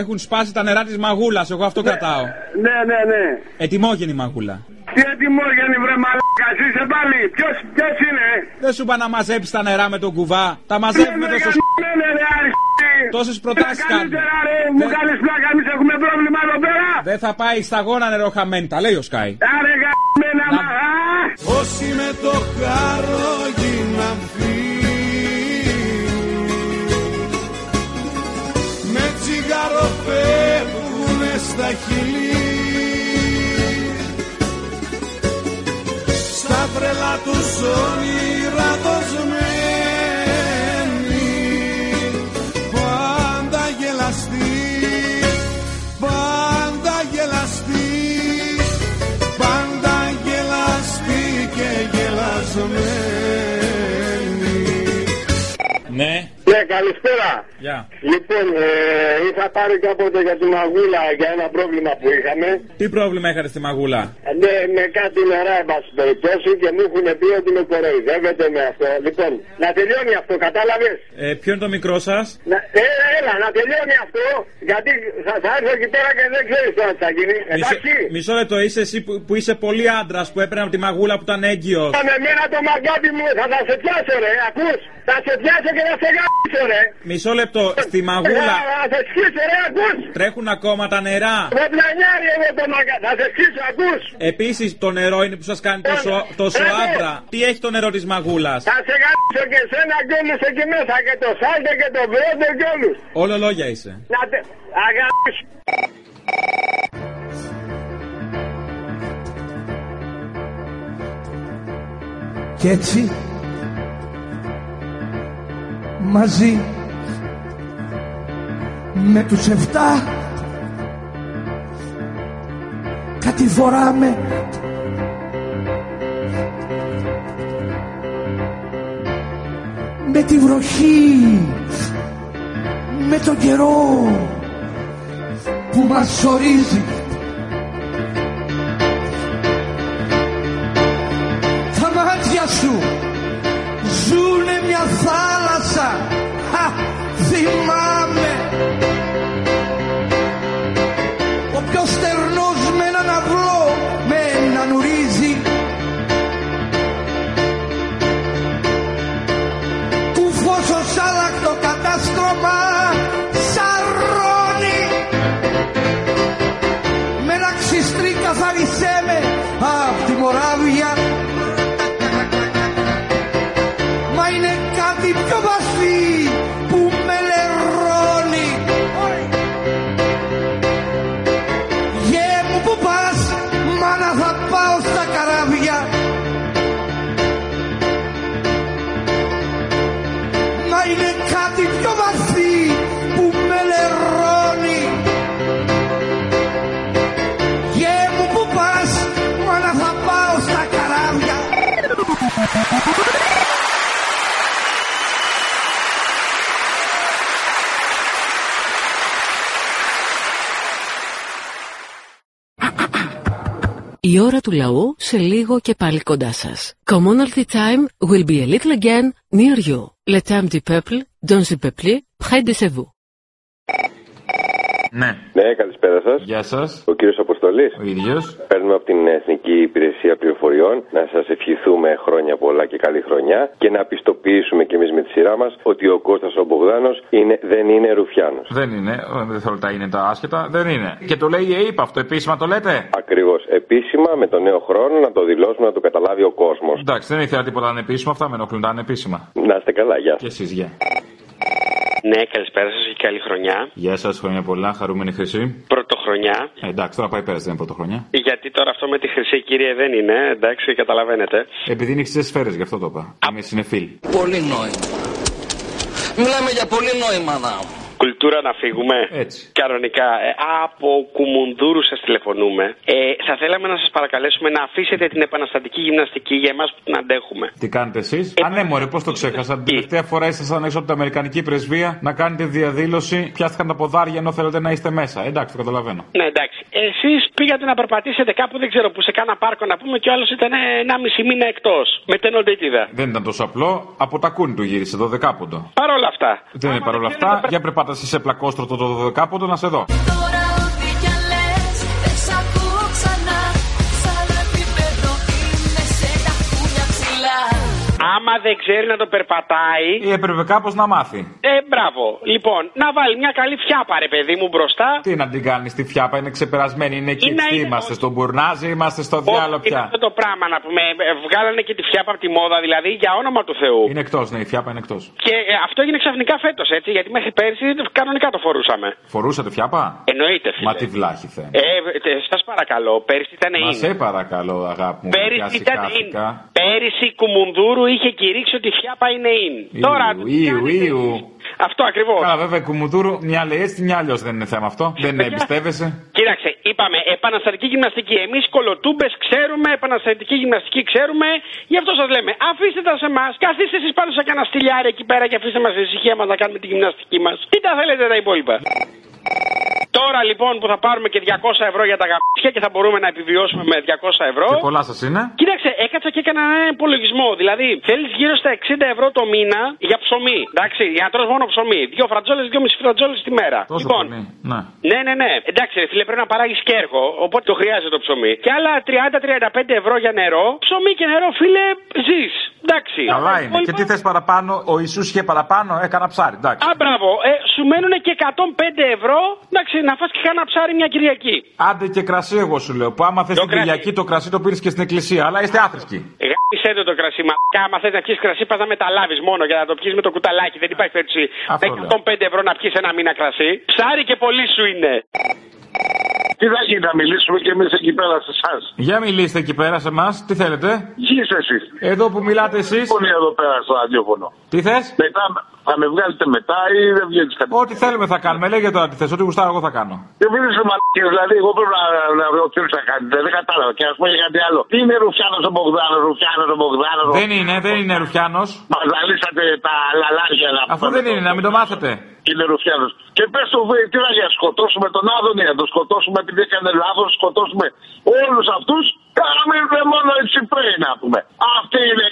Speaker 2: Έχουν σπάσει τα νερά της μαγούλας, εγώ αυτό κρατάω.
Speaker 7: Ναι, ναι, ναι.
Speaker 2: Ετοιμόγενη μαγούλα.
Speaker 7: Τι ετοιμόγενη βρε μαλάκα, είσαι πάλι. Ποιος, ποιος είναι.
Speaker 2: Δεν σου είπα να μαζέψεις τα νερά με τον κουβά. Τα μαζεύουμε τόσο σ...
Speaker 7: Ναι, ναι, ναι,
Speaker 2: Τόσε προτάσει κάνουμε.
Speaker 7: Καλύτερα ρε, μου κάνεις πλάκα, εμείς έχουμε πρόβλημα εδώ πέρα. Ε.
Speaker 2: Δεν θα πάει στα γόνα νερό χαμένη, τα λέει ο Σκάι.
Speaker 7: Άρε γαμμένα μα, α!
Speaker 22: Όσοι με το χαρόγι να με τσιγάρο φεύγουνε στα χείλη στα τρελά τους όνειρα δοσμένοι πάντα γελαστή πάντα γελαστή πάντα γελαστή και γελασμένη
Speaker 2: Ναι,
Speaker 16: Ναι, καλησπέρα.
Speaker 2: γεια.
Speaker 16: Λοιπόν, ε, είχα πάρει κάποτε για τη μαγούλα για ένα πρόβλημα που είχαμε.
Speaker 2: Τι πρόβλημα είχατε στη μαγούλα.
Speaker 16: Ναι, με κάτι νερά, εν πάση περιπτώσει, και μου έχουν πει ότι με κοροϊδεύετε με αυτό. Λοιπόν, να τελειώνει αυτό, κατάλαβες.
Speaker 2: Ε, ποιο είναι το μικρό σας.
Speaker 16: Έλα, έλα, να τελειώνει αυτό, γιατί θα, θα έρθω εκεί πέρα και δεν ξέρεις τώρα τι θα γίνει. Εντάξει.
Speaker 2: Μισό λεπτό, είσαι εσύ που, που είσαι πολύ άντρας που έπαιρνε από τη μαγούλα που ήταν έγκυος.
Speaker 16: Με εμένα το μαγκάτι μου, θα, θα σε πιάσω ρε, ακούς, θα σε πιάσω και θα σε γάμψω ρε.
Speaker 2: Μισό λεπτό, στη
Speaker 16: Θα,
Speaker 2: μαγούλα
Speaker 16: θα σε σκίσω ρε, ακούς.
Speaker 2: τρέχουν ακόμα τα νερά.
Speaker 16: Με πλανιάρι εγώ το μαγκα... θα σε σκίσω, ακούς.
Speaker 2: Επίσης το νερό είναι που σας κάνει τόσο, τόσο
Speaker 16: Ε, ναι.
Speaker 2: άντρα. Τι έχει το νερό της μαγούλας.
Speaker 16: Θα σε γάμψω και εσένα και όλους εκεί μέσα και το σάλτε και το βρόντε και όλους.
Speaker 2: Όλο λόγια είσαι.
Speaker 16: Να τε... Αγάπης.
Speaker 31: Κι έτσι μαζί με τους 7 κάτι φοράμε με τη βροχή με τον καιρό που μας ορίζει τα μάτια σου ζουνε μια
Speaker 22: θάλασσα Χα, θυμάμαι Ο πιο στερνός με έναν αυλό με έναν ουρίζει Κουφός ως άλλακτο κατάστρωμα σαρώνει Με ένα ξυστρί καθαρισέ με απ' τη Μοράβια Μα είναι κάτι πιο βαθύ που με λερώνει Γε μου που πας μάνα θα πάω στα καράβια Μα είναι κάτι πιο βαθύ που με λερώνει Γε μου που πας μάνα θα πάω στα καράβια
Speaker 1: Η ώρα του λαού σε λίγο και πάλι κοντά σας. Commonalty time will be a little again near you. Le temps du peuple, dans le peuple, près de chez vous.
Speaker 2: Ναι.
Speaker 3: Ναι, καλησπέρα σας.
Speaker 2: Γεια σας.
Speaker 3: Ο κύριος Αποστολής.
Speaker 2: Ο ίδιος.
Speaker 3: Παίρνουμε από την Εθνική Υπηρεσία Πληροφοριών να σας ευχηθούμε χρόνια πολλά και καλή χρονιά και να πιστοποιήσουμε κι εμείς με τη σειρά μας ότι ο Κώστας ο Μπογδάνος είναι, δεν είναι ρουφιάνος.
Speaker 2: Δεν είναι, ε, δεν θέλω τα είναι τα άσχετα, δεν είναι. Και το λέει η ΕΕΠ αυτό, επίσημα το λέτε.
Speaker 3: Ακριβώς. Επίσημα με τον νέο χρόνο να το δηλώσουμε να το καταλάβει ο κόσμος.
Speaker 2: Εντάξει, δεν ήθελα τίποτα ανεπίσημα, αυτά με ενοχλούν τα ανεπίσημα.
Speaker 3: Να είστε καλά, γεια.
Speaker 2: Και εσείς, γεια.
Speaker 6: Ναι, καλησπέρα σας και καλή χρονιά.
Speaker 2: Γεια σας, χρόνια πολλά, χαρούμενη χρυσή.
Speaker 6: Πρωτοχρονιά.
Speaker 2: Ε, εντάξει, τώρα πάει πέρα, δεν είναι πρωτοχρονιά.
Speaker 6: Γιατί τώρα αυτό με τη χρυσή κύριε δεν είναι, εντάξει, καταλαβαίνετε.
Speaker 2: Επειδή είναι χρυσέ σφαίρες, γι' αυτό το είπα. Εμεί είναι φίλοι.
Speaker 32: Πολύ νόημα. Μιλάμε για πολύ νόημα, να.
Speaker 6: Κουλτούρα να φύγουμε.
Speaker 2: Έτσι.
Speaker 6: Κανονικά. Ε, από Κουμουνδούρου σας τηλεφωνούμε. Ε, θα θέλαμε να σας παρακαλέσουμε να αφήσετε την επαναστατική γυμναστική για εμάς που την αντέχουμε.
Speaker 2: Τι κάνετε εσείς. Α, ναι, μωρέ, πώς το ξέχασα. Την τελευταία φορά ήσασταν έξω από την Αμερικανική πρεσβεία να κάνετε διαδήλωση. Πιάστηκαν τα ποδάρια ενώ θέλετε να είστε μέσα. Εντάξει, το καταλαβαίνω.
Speaker 6: Ναι, εντάξει. Εσείς πήγατε να περπατήσετε κάπου, δεν ξέρω, που σε κάνα πάρκο να πούμε, και ο άλλος ήταν 1,5 μήνα εκτός. Με τενοντίτιδα.
Speaker 2: Δεν ήταν τόσο απλό. Από τα κούνη του γύρισε, το δεκάποντο.
Speaker 6: Παρ' όλα αυτά.
Speaker 2: Δεν είναι παρόλα αυτά. Για περπάτα εσύ σε πλακόστρωτο το δεκάποντο να σε δω.
Speaker 33: Τώρα ό,τι κι αν λες, δεν σ' ακούω ξανά. Σ' άλλο επίπεδο είμαι σε τα κούνια ψηλά.
Speaker 6: Άμα δεν ξέρει να το περπατάει.
Speaker 2: Ή έπρεπε κάπως να μάθει.
Speaker 6: Ε, μπράβο. Λοιπόν, να βάλει μια καλή φιάπα, ρε παιδί μου, μπροστά.
Speaker 2: Τι να την κάνεις τη φιάπα, είναι ξεπερασμένη, είναι εκεί.
Speaker 6: Είναι,
Speaker 2: Τι
Speaker 6: είναι,
Speaker 2: είμαστε, στον μπουρνάζι, είμαστε στο διάλογο
Speaker 6: Είναι
Speaker 2: πια.
Speaker 6: αυτό το πράγμα να πούμε. Ε, Βγάλανε και τη φιάπα από τη μόδα, δηλαδή, για όνομα του Θεού.
Speaker 2: Είναι εκτός, ναι, η φιάπα είναι εκτός.
Speaker 6: Και ε, αυτό έγινε ξαφνικά φέτος, έτσι, γιατί μέχρι πέρσι κανονικά το φορούσαμε.
Speaker 2: Φορούσατε φιάπα.
Speaker 6: Εννοείται, φίλε.
Speaker 2: Μα τη βλάχη θε.
Speaker 6: Ε, σας παρακαλώ, πέρσι ήταν
Speaker 2: Μα
Speaker 6: in.
Speaker 2: σε παρακαλώ, αγάπη μου.
Speaker 6: Πέρυσι ήταν in. Πέρυσι η Κουμουνδούρου είχε κηρύξει ότι η φιάπα είναι in. Τώρα.
Speaker 2: Τώρα. Ιου, ιου.
Speaker 6: Αυτό ακριβώς.
Speaker 2: Καλά, βέβαια, η Κουμουνδούρου μια λέει έτσι, μια αλλιώς δεν είναι θέμα αυτό. Δεν
Speaker 6: Παιδιά.
Speaker 2: εμπιστεύεσαι.
Speaker 6: Κοίταξε, είπαμε επαναστατική γυμναστική. Εμείς κολοτούμπες ξέρουμε, επαναστατική γυμναστική ξέρουμε. Γι' αυτό σας λέμε, αφήστε τα σε εμάς. Καθίστε εσείς πάνω σε κανένα στυλιάρι εκεί πέρα και αφήστε μας την ησυχία μας να κάνουμε τη γυμναστική μας. Τι τα θέλετε τα υπόλοιπα. Τώρα λοιπόν που θα πάρουμε και 200 ευρώ για τα γαμπτια και θα μπορούμε να επιβιώσουμε με 200 ευρώ.
Speaker 2: Και πολλά σας είναι.
Speaker 6: Κοίταξε, έκατσα και έκανα ένα υπολογισμό. Δηλαδή, θέλεις γύρω στα 60 ευρώ το μήνα για ψωμί. Εντάξει, για να τρως μόνο ψωμί. Δύο φρατζόλες, δύο μισή φρατζόλες τη μέρα.
Speaker 2: Τόσο
Speaker 6: λοιπόν,
Speaker 2: πολύ. Ναι.
Speaker 6: ναι, ναι, ναι. Εντάξει, ρε φίλε, πρέπει να παράγεις και έργο. Οπότε το χρειάζεται το ψωμί. Και άλλα 30-35 ευρώ για νερό. Ψωμί και νερό, φίλε, ζεις. Εντάξει.
Speaker 2: Καλά είναι. Και τι θες παραπάνω, ο Ισού είχε παραπάνω, έκανα ψάρι. Εντάξει.
Speaker 6: Α, μπράβο. Ε, σου μένουν και 105 ευρώ. Εντάξει, να φας και κάνα ψάρι μια Κυριακή.
Speaker 2: Άντε και κρασί, εγώ σου λέω. Που άμα θες
Speaker 6: Το
Speaker 2: την
Speaker 6: κρασί.
Speaker 2: Κυριακή, το κρασί το πήρες και στην εκκλησία. Αλλά είστε άθρησκοι.
Speaker 6: Γάμισε το το κρασί, μα. Άμα θες να πιεις κρασί, πας να μεταλάβεις μόνο για να το πιεις με το κουταλάκι. Δεν υπάρχει περίπτωση.
Speaker 2: Αυτό
Speaker 6: Με 105 ευρώ να πιεις ένα μήνα κρασί. Ψάρι και πολύ σου είναι.
Speaker 7: Τι θα γίνει να μιλήσουμε κι εμείς εκεί πέρα σε εσάς.
Speaker 2: Για μιλήστε εκεί πέρα σε εμάς, τι θέλετε.
Speaker 7: Γεια εσείς.
Speaker 2: Εδώ που μιλάτε εσείς.
Speaker 7: Πολύ εδώ πέρα στο ραδιόφωνο.
Speaker 2: Τι θες.
Speaker 7: Μετά θα με βγάλετε μετά ή δεν βγαίνεις κατά.
Speaker 2: Ό,τι θέλουμε θα κάνουμε. Λέγε τώρα τι θε. Ό,τι γουστάρω εγώ θα κάνω.
Speaker 7: Και μην είσαι μαλακή, δηλαδή εγώ πρέπει να, να βρω τι θα κάνετε. Δεν κατάλαβα. Και α πούμε για κάτι άλλο. Τι είναι Ρουφιάνο ο Μπογδάνο, Ρουφιάνο ο Μπογδάνο.
Speaker 2: Δεν είναι, δεν είναι Ρουφιάνος.
Speaker 7: Μα ζαλίσατε τα λαλάρια να
Speaker 2: Αυτό δεν είναι, να μην το μάθετε.
Speaker 7: Είναι Ρουφιάνος. Και πες του βέ, τι να για σκοτώσουμε τον Άδωνη, να τον σκοτώσουμε επειδή έκανε λάθος, σκοτώσουμε όλους αυτούς Κάναμε μόνο έτσι πριν να πούμε. Αυτοί είναι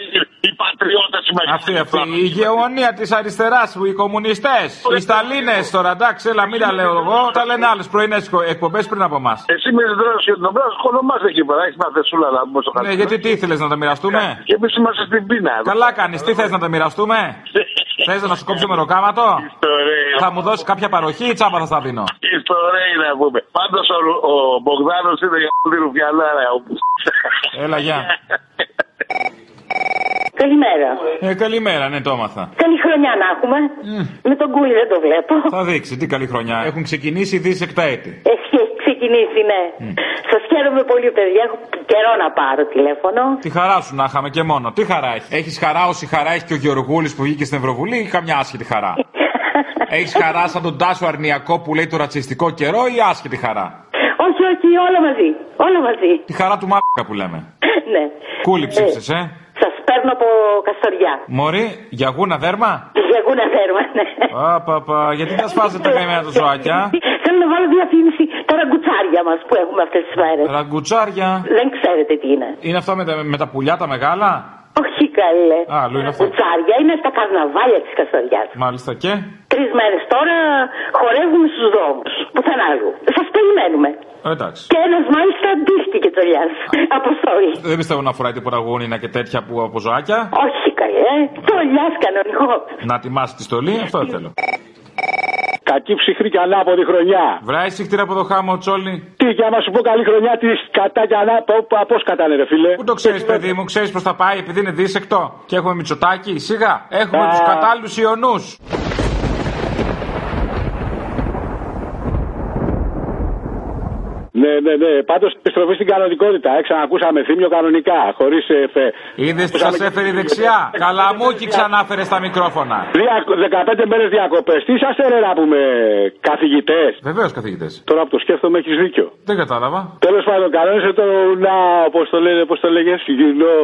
Speaker 7: οι πατριώτες οι μεγάλοι.
Speaker 2: Αυτή, αυτή η γεωνία της αριστεράς, οι κομμουνιστές, οι Σταλίνες τώρα, εντάξει, έλα, μην τα λέω εγώ. Τα λένε άλλες πρωινές εκπομπές πριν από εμάς.
Speaker 7: Εσύ με δράση για την οποία ασχολούμαστε εκεί πέρα. Έχεις μαθεσούλα να πούμε στο χαρτί.
Speaker 2: Ναι, γιατί τι ήθελες να τα μοιραστούμε.
Speaker 7: Και εμείς είμαστε στην πείνα.
Speaker 2: Καλά κάνεις, τι θες να τα μοιραστούμε. Θες να σου κόψω μεροκάματο.
Speaker 7: Ιστορία.
Speaker 2: Θα μου δώσεις κάποια παροχή ή τσάμπα θα στα δίνω.
Speaker 7: Ιστορία είναι να πούμε. Πάντως ο, Ρου- ο Μπογδάνος είναι για πολύ ρουφιανάρα. όπου-
Speaker 2: Έλα, γεια.
Speaker 4: Καλημέρα.
Speaker 2: Ε, καλημέρα, ναι, το έμαθα.
Speaker 4: Καλή χρονιά να έχουμε. Με τον κούλι δεν το βλέπω.
Speaker 2: Θα δείξει, τι καλή χρονιά. Έχουν ξεκινήσει δίσεκτα έτη.
Speaker 4: Έχει ξεκινήσει, ναι. Σας χαίρομαι πολύ, παιδιά. Έχω καιρό να πάρω τηλέφωνο.
Speaker 2: Τη χαρά σου να είχαμε και μόνο. Τι χαρά έχεις. Έχεις χαρά όση χαρά έχει και ο Γεωργούλης που βγήκε στην Ευρωβουλή ή καμιά άσχετη χαρά. έχεις χαρά σαν τον Τάσο Αρνιακό που λέει το ρατσιστικό καιρό ή άσχετη χαρά.
Speaker 4: Όχι, όχι, όλα μαζί. Όλα μαζί.
Speaker 2: Τη χαρά του μάκα που λέμε.
Speaker 4: ναι.
Speaker 2: Κούλι ψήψε, ε.
Speaker 4: Σας παίρνω από Καστοριά.
Speaker 2: Μωρή, για γούνα δέρμα.
Speaker 4: Για γούνα δέρμα, ναι.
Speaker 2: Παπα, γιατί τα σπάζετε τα καημένα τα ζωάκια.
Speaker 4: Θέλω να βάλω διαφήμιση τα ραγκουτσάρια μας που έχουμε αυτές τις μέρες.
Speaker 2: Ραγκουτσάρια.
Speaker 4: Δεν ξέρετε τι είναι.
Speaker 2: Είναι αυτά με τα, με τα πουλιά τα μεγάλα.
Speaker 4: Όχι καλέ.
Speaker 2: Α,
Speaker 10: Ναι.
Speaker 2: αλλού είναι αυτό.
Speaker 4: Ραγκουτσάρια είναι στα καρναβάλια της Καστοριάς.
Speaker 2: Μάλιστα και.
Speaker 4: Τρεις μέρες τώρα χορεύουμε στους δρόμους. Πουθενά άλλου. Σας περιμένουμε.
Speaker 2: Εντάξει.
Speaker 4: Και ένας μάλιστα αντίστηκε τσολιά. Αποστόλη.
Speaker 2: Δεν πιστεύω να φοράει τίποτα γούνινα και τέτοια που από ζωάκια.
Speaker 4: Όχι καλέ. Τσολιά κανονικό.
Speaker 2: Να τιμάσει τη στολή, αυτό ήθελα.
Speaker 10: Κακή ψυχρή και ανάποδη χρονιά.
Speaker 2: Βράει συχτήρα από το χάμο, Τσόλι.
Speaker 10: Τι για να σου πω καλή χρονιά τη κατά και ανάποδη. Πώς κατάνε, ρε φίλε.
Speaker 2: Πού το ξέρεις, παιδί μου, ξέρεις πώς θα πάει, επειδή είναι δίσεκτο. Και έχουμε Μητσοτάκι, σιγά. Έχουμε
Speaker 10: Α.
Speaker 2: τους κατάλληλους Ιωνούς.
Speaker 10: Ναι, ναι, ναι. Πάντως επιστροφή στην κανονικότητα. Ε, ξανακούσαμε θύμιο κανονικά. ε, Χωρί εφέ.
Speaker 2: Είδες τι σα έφερε η δεξιά. Καλαμούκι ξανάφερε στα μικρόφωνα.
Speaker 10: 15 μέρες διακοπές. Τι είσαστε, ρε, να πούμε, καθηγητές.
Speaker 2: Βεβαίως, καθηγητές.
Speaker 10: Τώρα που το σκέφτομαι, έχεις δίκιο.
Speaker 2: Δεν κατάλαβα.
Speaker 10: Τέλος πάντων, κανόνισε το να, πώς το λένε, πώς το λέγες, γινό,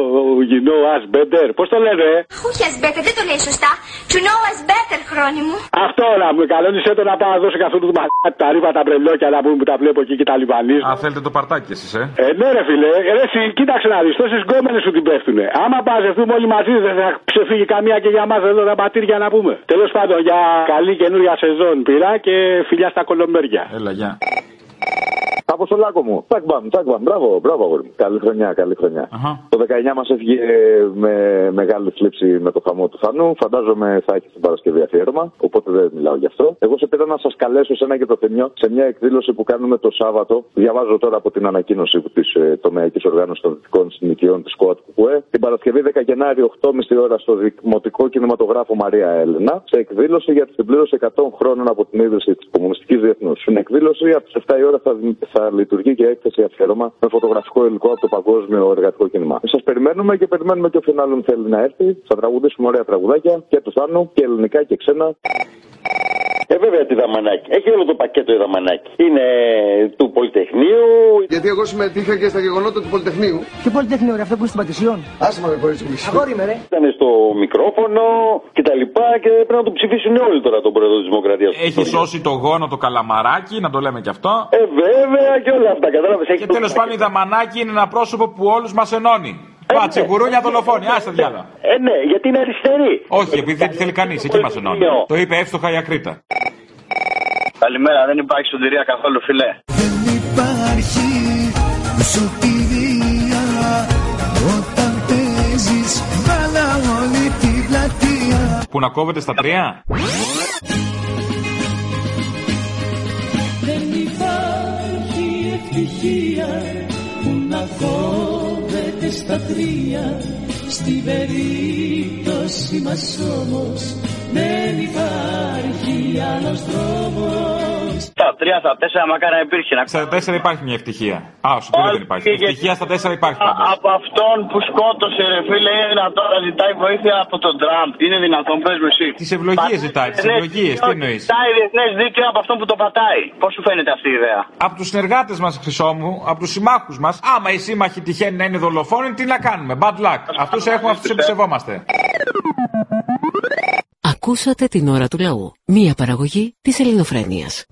Speaker 10: γινό, as better. Πώς το λένε, ε?
Speaker 17: Όχι, as better, δεν το λέει σωστά. To know as better, χρόνι μου.
Speaker 10: Αυτό να μου κανόνισε το να πάω να δώσω και αυτού του μαθάτη τα ρήπα, τα μπρελόκια να πούμε που τα βλέπω εκεί και τα λιβανίζω.
Speaker 2: Α, θέλετε το παρτάκι εσείς, ε.
Speaker 10: Ε, ναι, ρε φίλε, ε, ρε, εσύ, κοίταξε να δεις, τόσες γκόμενες σου την πέφτουνε. Άμα παζευτούμε όλοι μαζί, δεν θα ξεφύγει καμία και για μας εδώ τα πατήρια να πούμε. Τέλος πάντων, για καλή καινούρια σεζόν πήρα και φιλιά στα κολομέρια.
Speaker 2: Έλα, γεια.
Speaker 15: Αποστολάκο μου. Τάκμπαμ, τάκμπαμ. Μπράβο, μπράβο, αγόρι μου. Καλή χρονιά, καλή χρονιά. Το 19 μας έφυγε με μεγάλη θλίψη με το χαμό του Θανού. Φαντάζομαι θα έχεις την Παρασκευή αφιέρωμα, οπότε δεν μιλάω γι' αυτό. Εγώ σε πήρα να σας καλέσω σε ένα και το θεμιό σε μια εκδήλωση που κάνουμε το Σάββατο. Διαβάζω τώρα από την ανακοίνωση της ε, τομεακή οργάνωσης των δυτικών συνοικιών της ΚΟΑΤ ΚΚΕ. Την Παρασκευή 10 Γενάρη, 8.30 ώρα στο Δημοτικό Κινηματογράφο Μαρία Έλενα, σε εκδήλωση για την πλήρωση 100 χρόνων από την ίδρυση της Κομμουνιστικής Διεθνούς. Στην εκδήλωση από τις 7 η ώρα θα, θα λειτουργεί και έκθεση αφιέρωμα με φωτογραφικό υλικό από το Παγκόσμιο Εργατικό Κίνημα. Σας περιμένουμε και περιμένουμε και όποιον άλλον θέλει να έρθει. Θα τραγουδήσουμε ωραία τραγουδάκια και του Θάνου και ελληνικά και ξένα.
Speaker 13: Ε, βέβαια τη δαμανάκι. Έχει όλο το πακέτο η δαμανάκι. Είναι του Πολυτεχνείου.
Speaker 9: Γιατί εγώ συμμετείχα και στα γεγονότα του Πολυτεχνείου.
Speaker 23: Τι πολυτεχνείο ρε, αυτό που είναι στην Πατησιών.
Speaker 9: Άσε με κορίτσι μου.
Speaker 23: Αγόρι με ρε.
Speaker 13: Ήταν στο μικρόφωνο και τα λοιπά και πρέπει να το ψηφίσουν όλοι τώρα τον πρόεδρο της Δημοκρατίας.
Speaker 2: Έχει σώσει το γόνο το καλαμαράκι, να το λέμε κι αυτό.
Speaker 13: Ε, βέβαια και όλα αυτά, κατάλαβες.
Speaker 2: Και τέλο πάντων, η Δαμανάκη είναι ένα πρόσωπο που όλους μας ενώνει.
Speaker 23: Ε, ναι.
Speaker 2: Πάτσε, γουρούνια δολοφόνη, άστα διάλα.
Speaker 13: Ε, ναι, γιατί είναι αριστερή.
Speaker 2: Όχι, επειδή
Speaker 23: Ε,
Speaker 2: δεν τη θέλει κανείς, εκεί μας ενώνει.
Speaker 23: Πολυτεχνείο.
Speaker 2: Το είπε εύστοχα η Ακρίτα.
Speaker 23: Καλημέρα, δεν υπάρχει σωτηρία καθόλου, φιλέ.
Speaker 22: Υπάρχει σωτηρία όταν παίζεις μπάλα όλη την πλατεία.
Speaker 2: Που να κόβεται στα τρία.
Speaker 22: Δεν υπάρχει ευτυχία που να κόβεται στα τρία. Στην περίπτωση μας όμως δεν υπάρχει άλλος δρόμος.
Speaker 23: Στα τρία, στα τέσσερα, μακάρι να υπήρχε. Να...
Speaker 2: Στα τέσσερα υπάρχει μια ευτυχία. Α, ο Σωτήρη δεν υπάρχει. Ευτυχία στα τέσσερα υπάρχει
Speaker 23: Α,
Speaker 2: πάντως.
Speaker 23: Από αυτόν που σκότωσε, ρε φίλε, είναι δυνατόν να ζητάει βοήθεια από τον Τραμπ. Είναι δυνατόν, πες μου εσύ.
Speaker 2: Τις ευλογίες ζητάει, τις ευλογίες, τι εννοείς.
Speaker 23: Ζητάει διεθνέ δίκαιο από αυτόν που το πατάει. Πώς σου φαίνεται αυτή η ιδέα.
Speaker 2: Από τους συνεργάτες μας, χρυσό μου, από τους συμμάχους μας, άμα οι σύμμαχοι τυχαίνουν να είναι δολοφόνοι, τι να κάνουμε. Bad luck. Αυτού έχουμε, αυτού εμπιστευόμαστε.
Speaker 1: Ακούσατε την ώρα του λαού. Μία παραγωγή της ελληνοφρένειας.